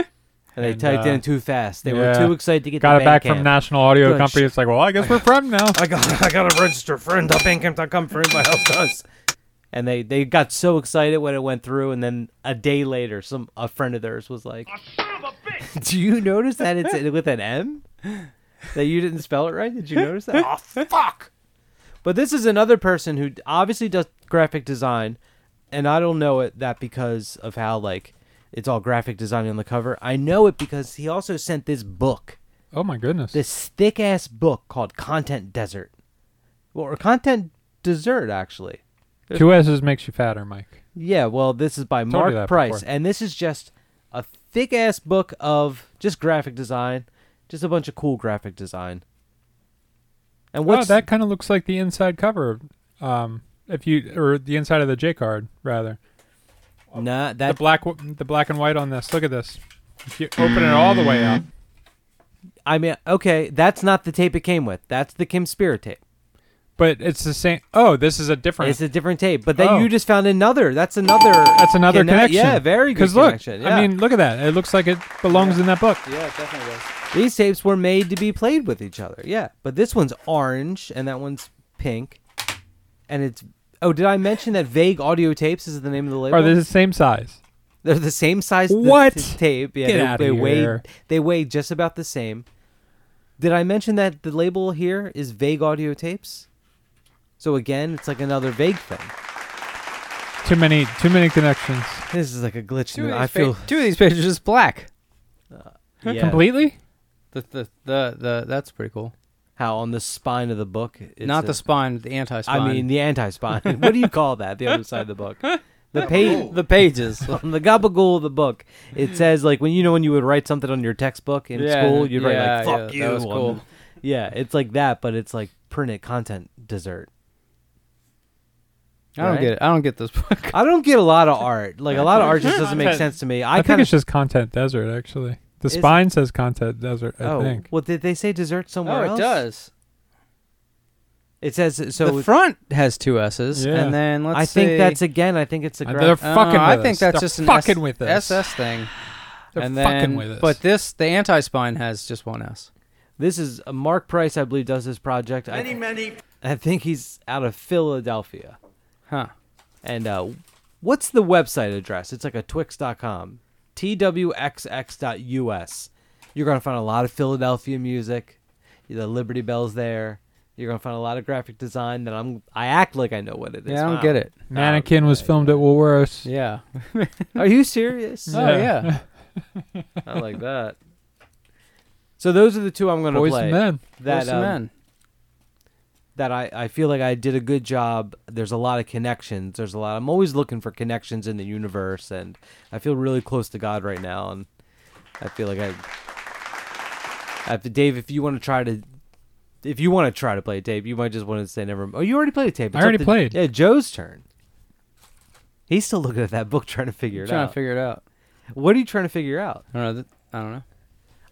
Speaker 7: they
Speaker 6: And,
Speaker 7: typed
Speaker 6: uh,
Speaker 7: in too fast. They
Speaker 6: yeah.
Speaker 7: were too excited to get
Speaker 6: Got
Speaker 7: to
Speaker 6: it back
Speaker 7: Bandcamp.
Speaker 6: from National Audio
Speaker 7: Good
Speaker 6: Company.
Speaker 7: sh-
Speaker 6: It's like, well, I guess we're friend now.
Speaker 7: I got I got to register friend on Bandcamp.com for anybody else does. And they they got so excited when it went through, and then a day later, some a friend of theirs was like, "Do you notice that it's with an M? That you didn't spell it right? Did you notice that? oh fuck!" But this is another person who obviously does graphic design, and I don't know it that because of how like it's all graphic design on the cover. I know it because he also sent this book
Speaker 6: Oh my goodness.
Speaker 7: this thick ass book called Content Desert. Well, or Content Desert, actually.
Speaker 6: Two S's makes you fatter, Mike.
Speaker 7: Yeah, well, this is by
Speaker 6: Told you
Speaker 7: Mark
Speaker 6: that
Speaker 7: Price,
Speaker 6: before.
Speaker 7: and this is just a thick ass book of just graphic design, just a bunch of cool graphic design. And
Speaker 6: Wow,
Speaker 7: what's
Speaker 6: Oh, that kind of looks like the inside cover. Um, if you or the inside of the J card rather.
Speaker 7: Nah,
Speaker 6: The
Speaker 7: that
Speaker 6: black, w- the black and white on this. Look at this. If you open it all the way up.
Speaker 7: I mean, okay, that's not the tape it came with. That's the Kim Spirit tape.
Speaker 6: But it's the same. Oh, this is a different.
Speaker 7: It's a different tape. But then
Speaker 6: Oh.
Speaker 7: you just found another. That's another.
Speaker 6: That's another
Speaker 7: conne-
Speaker 6: connection.
Speaker 7: Yeah, very good
Speaker 6: Because look,
Speaker 7: connection.
Speaker 6: I
Speaker 7: yeah.
Speaker 6: mean, look at that. It looks like it belongs in that book.
Speaker 7: Yeah, it definitely does. These tapes were made to be played with each other. Yeah, but this one's orange and that one's pink, and it's. Oh, did I mention that Vague Audio Tapes is the name of the label?
Speaker 6: Are they the same size?
Speaker 7: They're the same size. th-
Speaker 6: What?
Speaker 7: th- tape? Yeah,
Speaker 6: Get
Speaker 7: they,
Speaker 6: outta
Speaker 7: they
Speaker 6: here.
Speaker 7: weigh they weigh just about the same. Did I mention that the label here is Vague Audio Tapes? So again, it's like another vague thing.
Speaker 6: Too many, too many connections.
Speaker 7: This is like a glitch.
Speaker 9: Two
Speaker 7: in
Speaker 9: of
Speaker 7: the-
Speaker 9: these
Speaker 7: I feel
Speaker 9: pa- two of these pages are just black.
Speaker 7: yeah.
Speaker 6: Completely?
Speaker 9: The, the, the, the, that's pretty cool.
Speaker 7: How on the spine of the book? it's
Speaker 9: Not
Speaker 7: a-
Speaker 9: the spine, the anti-spine.
Speaker 7: I mean the anti-spine. what do you call that? The other side of the book. The page,
Speaker 9: Gabagool.
Speaker 7: the pages, on the gabagool of the book. It says like when you know when you would write something on your textbook in
Speaker 9: Yeah,
Speaker 7: school, you'd
Speaker 9: yeah,
Speaker 7: write like "fuck
Speaker 9: yeah, that
Speaker 7: you."
Speaker 9: was
Speaker 7: on
Speaker 9: cool.
Speaker 7: the- Yeah, it's like that, but it's like printed content dessert.
Speaker 9: I don't
Speaker 7: Right?
Speaker 9: get it. I don't get this book.
Speaker 7: I don't get a lot of art. Like a lot of art just doesn't make
Speaker 9: Content.
Speaker 7: sense to me.
Speaker 6: I,
Speaker 7: I,
Speaker 6: think
Speaker 7: kind
Speaker 6: it's
Speaker 7: of
Speaker 6: just content desert. Actually, the
Speaker 7: Is-
Speaker 6: spine says content desert. I
Speaker 7: oh
Speaker 6: think.
Speaker 7: well, did they say dessert somewhere
Speaker 9: it
Speaker 7: else?
Speaker 9: does.
Speaker 7: It says so.
Speaker 9: the front has two S's,
Speaker 7: Yeah.
Speaker 9: and then let's
Speaker 7: I think
Speaker 9: see-
Speaker 7: that's again. I think it's the
Speaker 9: Uh,
Speaker 7: gra-
Speaker 9: They're
Speaker 7: Oh,
Speaker 9: fucking.
Speaker 7: I
Speaker 9: I
Speaker 7: think
Speaker 9: think that's
Speaker 7: They're
Speaker 9: just an
Speaker 7: fucking
Speaker 9: S-
Speaker 7: with us.
Speaker 9: SS thing.
Speaker 7: They're
Speaker 9: and
Speaker 7: fucking
Speaker 9: then,
Speaker 7: with us.
Speaker 9: But this, the anti spine has just one S.
Speaker 7: This is uh, Mark Price, I believe, does this project. I,
Speaker 9: many.
Speaker 7: I think he's out of Philadelphia.
Speaker 9: Huh.
Speaker 7: And uh, what's the website address? It's like a twix.com, twxx.us. You're going to find a lot of Philadelphia music. The Liberty Bell's there. You're going to find a lot of graphic design that I'm I act like I know what it is.
Speaker 9: Yeah, I don't
Speaker 7: Wow.
Speaker 9: get it.
Speaker 6: Mannequin was filmed at Woolworths.
Speaker 9: Yeah.
Speaker 7: Are you serious?
Speaker 9: Oh yeah.
Speaker 7: I like that. So those are the two I'm going to play.
Speaker 9: Boys and men.
Speaker 7: That,
Speaker 9: Boys and
Speaker 7: um,
Speaker 9: men.
Speaker 7: That I, I feel like I did a good job. There's a lot of connections. There's a lot. I'm always looking for connections in the universe, and I feel really close to God right now. And I feel like I. I Dave, if you want to try to, if you want to try to play a tape, you might just want to say never. Oh, you already played a tape.
Speaker 6: I
Speaker 7: up
Speaker 6: already
Speaker 7: to-
Speaker 6: played.
Speaker 7: Yeah, Joe's turn. He's still looking at that book, trying to figure it
Speaker 9: trying
Speaker 7: out.
Speaker 9: to figure it out.
Speaker 7: What are you trying to figure out?
Speaker 9: I don't know. th- I don't know.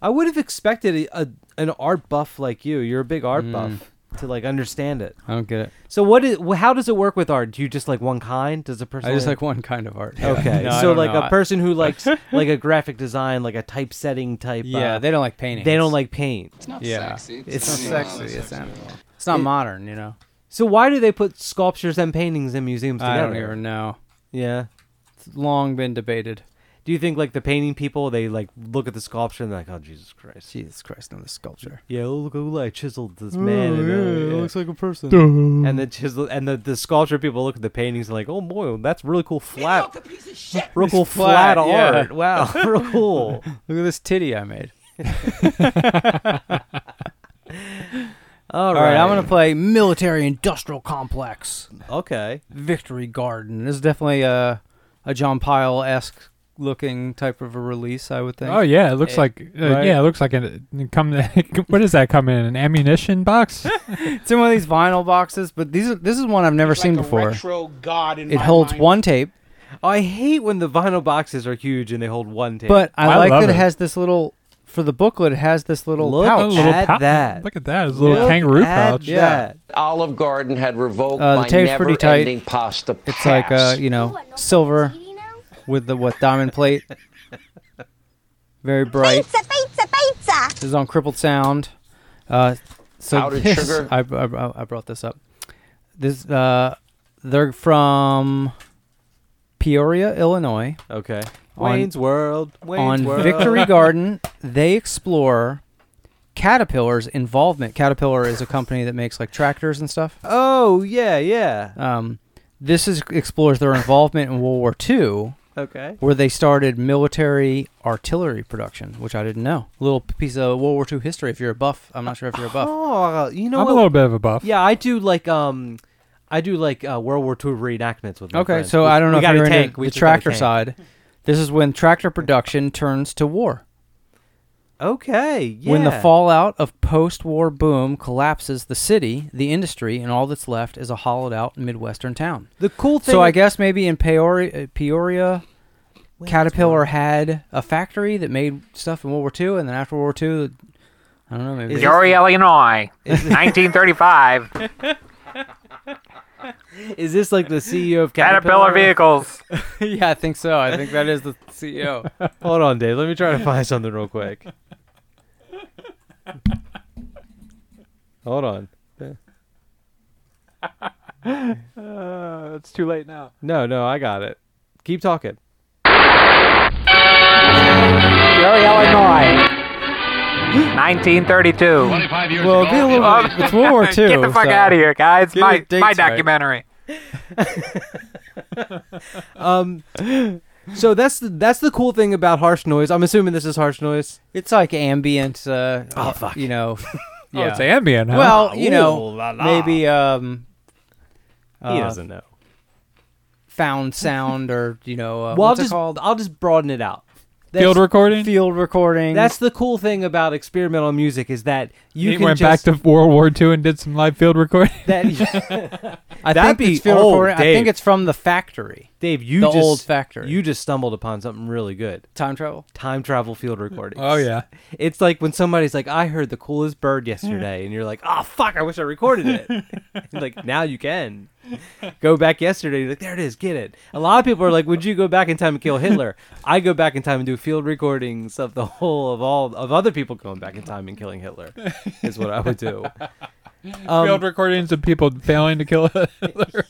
Speaker 7: I would have expected a, a an art buff like you. You're a big art
Speaker 9: Mm.
Speaker 7: buff to like understand it.
Speaker 9: I don't get it.
Speaker 7: So what is wh- how does it work with art? Do you just like one kind? Does a person
Speaker 9: I just
Speaker 7: only-
Speaker 9: like one kind of art.
Speaker 7: Okay.
Speaker 9: No, I
Speaker 7: so
Speaker 9: don't
Speaker 7: like
Speaker 9: know.
Speaker 7: a
Speaker 9: I-
Speaker 7: person who likes like a graphic design, like a typesetting type
Speaker 9: Yeah,
Speaker 7: uh,
Speaker 9: they don't like paintings.
Speaker 7: They don't like paint. It's
Speaker 9: not Yeah. sexy.
Speaker 7: It's,
Speaker 9: It's
Speaker 7: not
Speaker 9: not
Speaker 7: sexy.
Speaker 9: sexy.
Speaker 7: It's
Speaker 9: It's It's not modern, you know.
Speaker 7: So why do they put sculptures and paintings in museums together?
Speaker 9: I don't even know.
Speaker 7: Yeah.
Speaker 9: It's long been debated.
Speaker 7: Do you think like the painting people they like look at the sculpture and they're like, oh Jesus Christ.
Speaker 9: Jesus Christ, no, the sculpture.
Speaker 7: Yeah, oh, look who like chiseled this man.
Speaker 9: Mm,
Speaker 7: and, uh, yeah.
Speaker 9: like a person.
Speaker 7: and the chisel and the, the sculpture people look at the paintings and like, oh boy, that's really cool flat, real cool
Speaker 9: It's
Speaker 7: flat,
Speaker 9: flat, yeah.
Speaker 7: art. Wow, real cool.
Speaker 9: Look at this titty I made.
Speaker 7: All
Speaker 9: All
Speaker 7: right.
Speaker 9: right, I'm gonna play Military Industrial Complex.
Speaker 7: Okay,
Speaker 9: Victory Garden. This is definitely a a John Pyle esque looking type of a release, I would think. Eh,
Speaker 6: Oh yeah, it looks like uh,
Speaker 9: right?
Speaker 6: yeah, it looks like an it come. what does that come in? An ammunition box?
Speaker 9: it's in one of these vinyl boxes, but these are, this is one I've never
Speaker 4: He's
Speaker 9: seen
Speaker 4: like a
Speaker 9: before.
Speaker 4: retro god in
Speaker 9: It
Speaker 4: my
Speaker 9: holds
Speaker 4: mind.
Speaker 9: one tape,
Speaker 7: I hate when the vinyl boxes are huge and they hold one tape.
Speaker 9: but I,
Speaker 6: I
Speaker 9: like
Speaker 6: love
Speaker 9: that it.
Speaker 6: it.
Speaker 9: has this little for the booklet. It has this little
Speaker 7: Look
Speaker 9: pouch.
Speaker 6: A little
Speaker 7: at
Speaker 6: pou-
Speaker 7: that.
Speaker 6: Look at that. It's a little
Speaker 7: Look
Speaker 6: kangaroo
Speaker 7: at
Speaker 6: pouch.
Speaker 7: that.
Speaker 10: Olive Garden had revoked
Speaker 9: Uh, the
Speaker 10: my
Speaker 9: tape's pretty tight.
Speaker 10: never-ending pasta
Speaker 9: It's like uh, you know, silver with the what diamond plate. Very bright.
Speaker 15: Pizza, pizza, pizza.
Speaker 9: This is on Crippled Sound. Uh, so
Speaker 10: Powdered
Speaker 9: this-
Speaker 10: sugar.
Speaker 9: I, I, I brought this up. This uh, they're from Peoria, Illinois.
Speaker 7: Okay,
Speaker 9: On-
Speaker 7: Wayne's World. Wayne's
Speaker 9: on
Speaker 7: World.
Speaker 9: Victory Garden, they explore Caterpillar's involvement. Caterpillar is a company that makes like tractors and stuff.
Speaker 7: Oh yeah, yeah.
Speaker 9: Um, this is explores their involvement in World War II,
Speaker 7: Okay.
Speaker 9: where they started military artillery production, which I didn't know. little piece of World War II history. If you're a buff, I'm not sure if you're a buff.
Speaker 7: Oh, you know
Speaker 6: I'm
Speaker 7: what?
Speaker 6: a little bit of a buff.
Speaker 7: Yeah, I do like um, I do like uh, World War II reenactments with my
Speaker 9: Okay,
Speaker 7: friends.
Speaker 9: so
Speaker 7: We-
Speaker 9: I don't know
Speaker 7: Oh. we
Speaker 9: if
Speaker 7: got a
Speaker 9: you're into
Speaker 7: tank. We
Speaker 9: the
Speaker 7: just got a
Speaker 9: tractor
Speaker 7: tank.
Speaker 9: side. This is when tractor production turns to war.
Speaker 7: Okay, yeah.
Speaker 9: When the fallout of post-war boom collapses the city, the industry, and all that's left is a hollowed-out midwestern town.
Speaker 7: the cool thing.
Speaker 9: So I guess maybe in Peoria, uh, Peoria Caterpillar had a factory that made stuff in World War II, and then after World War II, I don't know. Maybe
Speaker 7: Is this-
Speaker 9: they-
Speaker 18: Peoria, Illinois,
Speaker 7: Is it-
Speaker 18: 1935.
Speaker 9: Is this like the
Speaker 7: E
Speaker 9: CEO of
Speaker 6: Caterpillar Vehicles?
Speaker 9: yeah, I think so. I think that is the E CEO.
Speaker 7: Hold on, Dave. Let me try to find something real quick. Hold on.
Speaker 6: uh, it's too late now.
Speaker 7: No, no, I got it. Keep talking.
Speaker 6: Gary, Illinois. 1932.
Speaker 9: Well, it'd be a little bit- it's World War II.
Speaker 6: Get the fuck
Speaker 9: so-
Speaker 6: out of here, guys.
Speaker 9: Get
Speaker 6: My,
Speaker 9: the dates
Speaker 6: my
Speaker 9: right.
Speaker 6: documentary.
Speaker 7: Um, so that's the, that's the cool thing about harsh noise. I'm assuming this is harsh noise.
Speaker 9: It's like ambient. Uh,
Speaker 7: oh fuck. Ah,
Speaker 9: You know.
Speaker 6: Oh, it's ambient, huh?
Speaker 9: Well, you know,
Speaker 7: Ooh, la, la.
Speaker 9: maybe um, uh,
Speaker 7: he doesn't know.
Speaker 9: found sound or you know, uh,
Speaker 7: well, I'll
Speaker 9: what's
Speaker 7: just
Speaker 9: it called?
Speaker 7: I'll just broaden it out.
Speaker 6: Field recording?
Speaker 9: Field recording.
Speaker 7: That's the cool thing about experimental music is that you
Speaker 6: he
Speaker 7: can
Speaker 6: went
Speaker 7: just,
Speaker 6: back to World War II and did some live field recording.
Speaker 7: that.
Speaker 9: I
Speaker 7: That'd
Speaker 9: think
Speaker 7: be
Speaker 9: it's field
Speaker 6: Oh,
Speaker 7: old,
Speaker 9: recording. I
Speaker 7: Dave.
Speaker 9: think it's from the factory.
Speaker 7: Dave, you
Speaker 9: the
Speaker 7: just
Speaker 9: old factory.
Speaker 7: you just stumbled upon something really good.
Speaker 9: time travel.
Speaker 7: Time travel field recordings.
Speaker 6: Oh, yeah.
Speaker 7: It's like when somebody's like, "I heard the coolest bird yesterday," and you're like, "Oh fuck, I wish I recorded it." like now you can go back yesterday. You're like, "There it is, get it." A lot of people are like, "Would you go back in time and kill Hitler?" I go back in time and do field recordings of the whole of all of other people going back in time and killing Hitler. Is what I would do. Um,
Speaker 6: field recordings of people failing to kill Hitler.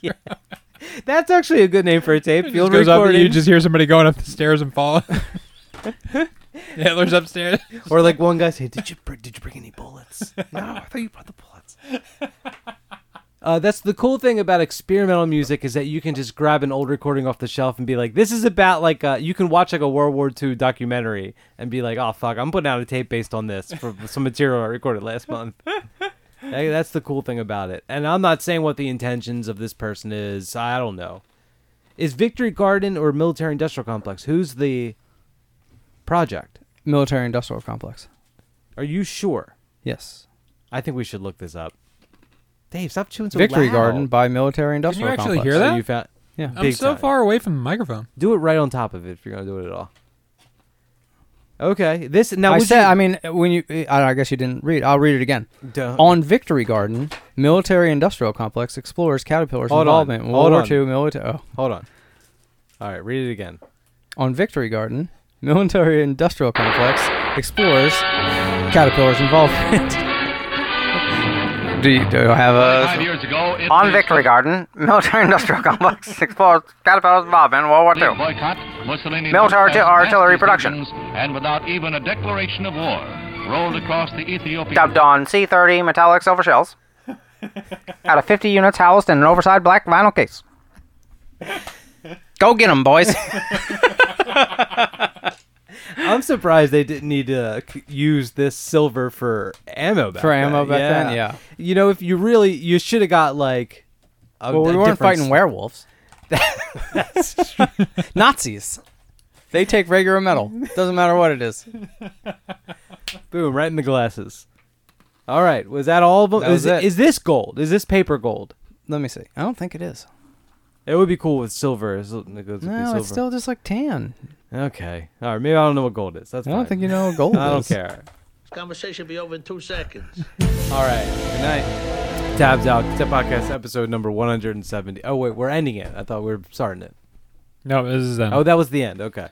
Speaker 7: That's actually a good name for a tape. Field
Speaker 6: Just goes up and
Speaker 7: recording.
Speaker 6: you just hear somebody going up the stairs and falling. Hitler's upstairs.
Speaker 7: Or like one guy said, "Did you bring, did you bring any bullets?" no, I thought you brought the bullets. Uh, that's the cool thing about experimental music is that you can just grab an old recording off the shelf and be like, "This is about like uh, you can watch like a World War II documentary and be like, oh fuck, I'm putting out a tape based on this for some material I recorded last month." Hey, that's the cool thing about it. And I'm not saying what the intentions of this person is. I don't know. Is Victory Garden or Military Industrial Complex? Who's the project?
Speaker 9: Military industrial complex.
Speaker 7: Are you sure?
Speaker 9: Yes.
Speaker 7: I think we should look this up. Dave, stop chewing so
Speaker 9: Victory
Speaker 7: loud.
Speaker 9: Garden by military industrial
Speaker 6: actually
Speaker 9: complex.
Speaker 6: hear that?
Speaker 7: You found, yeah,
Speaker 6: I'm
Speaker 7: big
Speaker 6: so
Speaker 7: time.
Speaker 6: far away from the microphone.
Speaker 7: Do it right on top of it if you're gonna do it at all. Okay. This now
Speaker 9: I
Speaker 7: would
Speaker 9: said,
Speaker 7: you-
Speaker 9: I mean, when you, I I guess you didn't read. I'll read it again.
Speaker 7: Don't.
Speaker 9: On Victory Garden, military-industrial complex explores Caterpillar's
Speaker 7: Hold on,
Speaker 9: involvement in
Speaker 7: hold
Speaker 9: World War
Speaker 7: on.
Speaker 9: II military. Oh.
Speaker 7: hold on. All right, read it again.
Speaker 9: On Victory Garden, military-industrial complex explores Caterpillar's involvement. do you do you have a?
Speaker 18: years ago, it
Speaker 9: On Victory Garden, military-industrial complex explores Caterpillar's involvement in World War
Speaker 18: complete boycott Mussolini
Speaker 9: Military
Speaker 18: broadcast
Speaker 9: artillery
Speaker 18: mass
Speaker 9: production.
Speaker 18: decisions, and without even a declaration of war, rolled across the Ethiopian.
Speaker 9: dubbed on C30 metallic silver shells, out of 50 units housed in an oversized black vinyl case. Go get them, boys.
Speaker 7: I'm surprised they didn't need to c- use this silver for ammo back
Speaker 9: For ammo
Speaker 7: then.
Speaker 9: back then, yeah.
Speaker 7: You know, if you really, you should have got like. A,
Speaker 9: well, we
Speaker 7: a
Speaker 9: weren't
Speaker 7: different
Speaker 9: fighting
Speaker 7: s-
Speaker 9: werewolves.
Speaker 7: That's true.
Speaker 9: Nazis. They take regular metal. Doesn't matter what it is.
Speaker 7: Boom! Right in the glasses. All right, was that all of them?
Speaker 9: That
Speaker 7: Is,
Speaker 9: was it.
Speaker 7: is this gold? Is this paper gold?
Speaker 9: Let me see. I don't think it is.
Speaker 7: It would be cool with silver. It's- it goes with
Speaker 9: No,
Speaker 7: silver.
Speaker 9: it's still just like tan.
Speaker 7: Okay. All right. Maybe I don't know what gold is. That's
Speaker 9: I don't
Speaker 7: fine.
Speaker 9: think you know what gold
Speaker 7: I don't
Speaker 9: is.
Speaker 7: care.
Speaker 8: Conversation be over in two seconds.
Speaker 7: All right. Good night. Tabs out. Tip podcast episode number 170. Oh wait, we're ending it. I thought we were starting it.
Speaker 6: No, this is um, them.
Speaker 7: Oh, that was the end. Okay.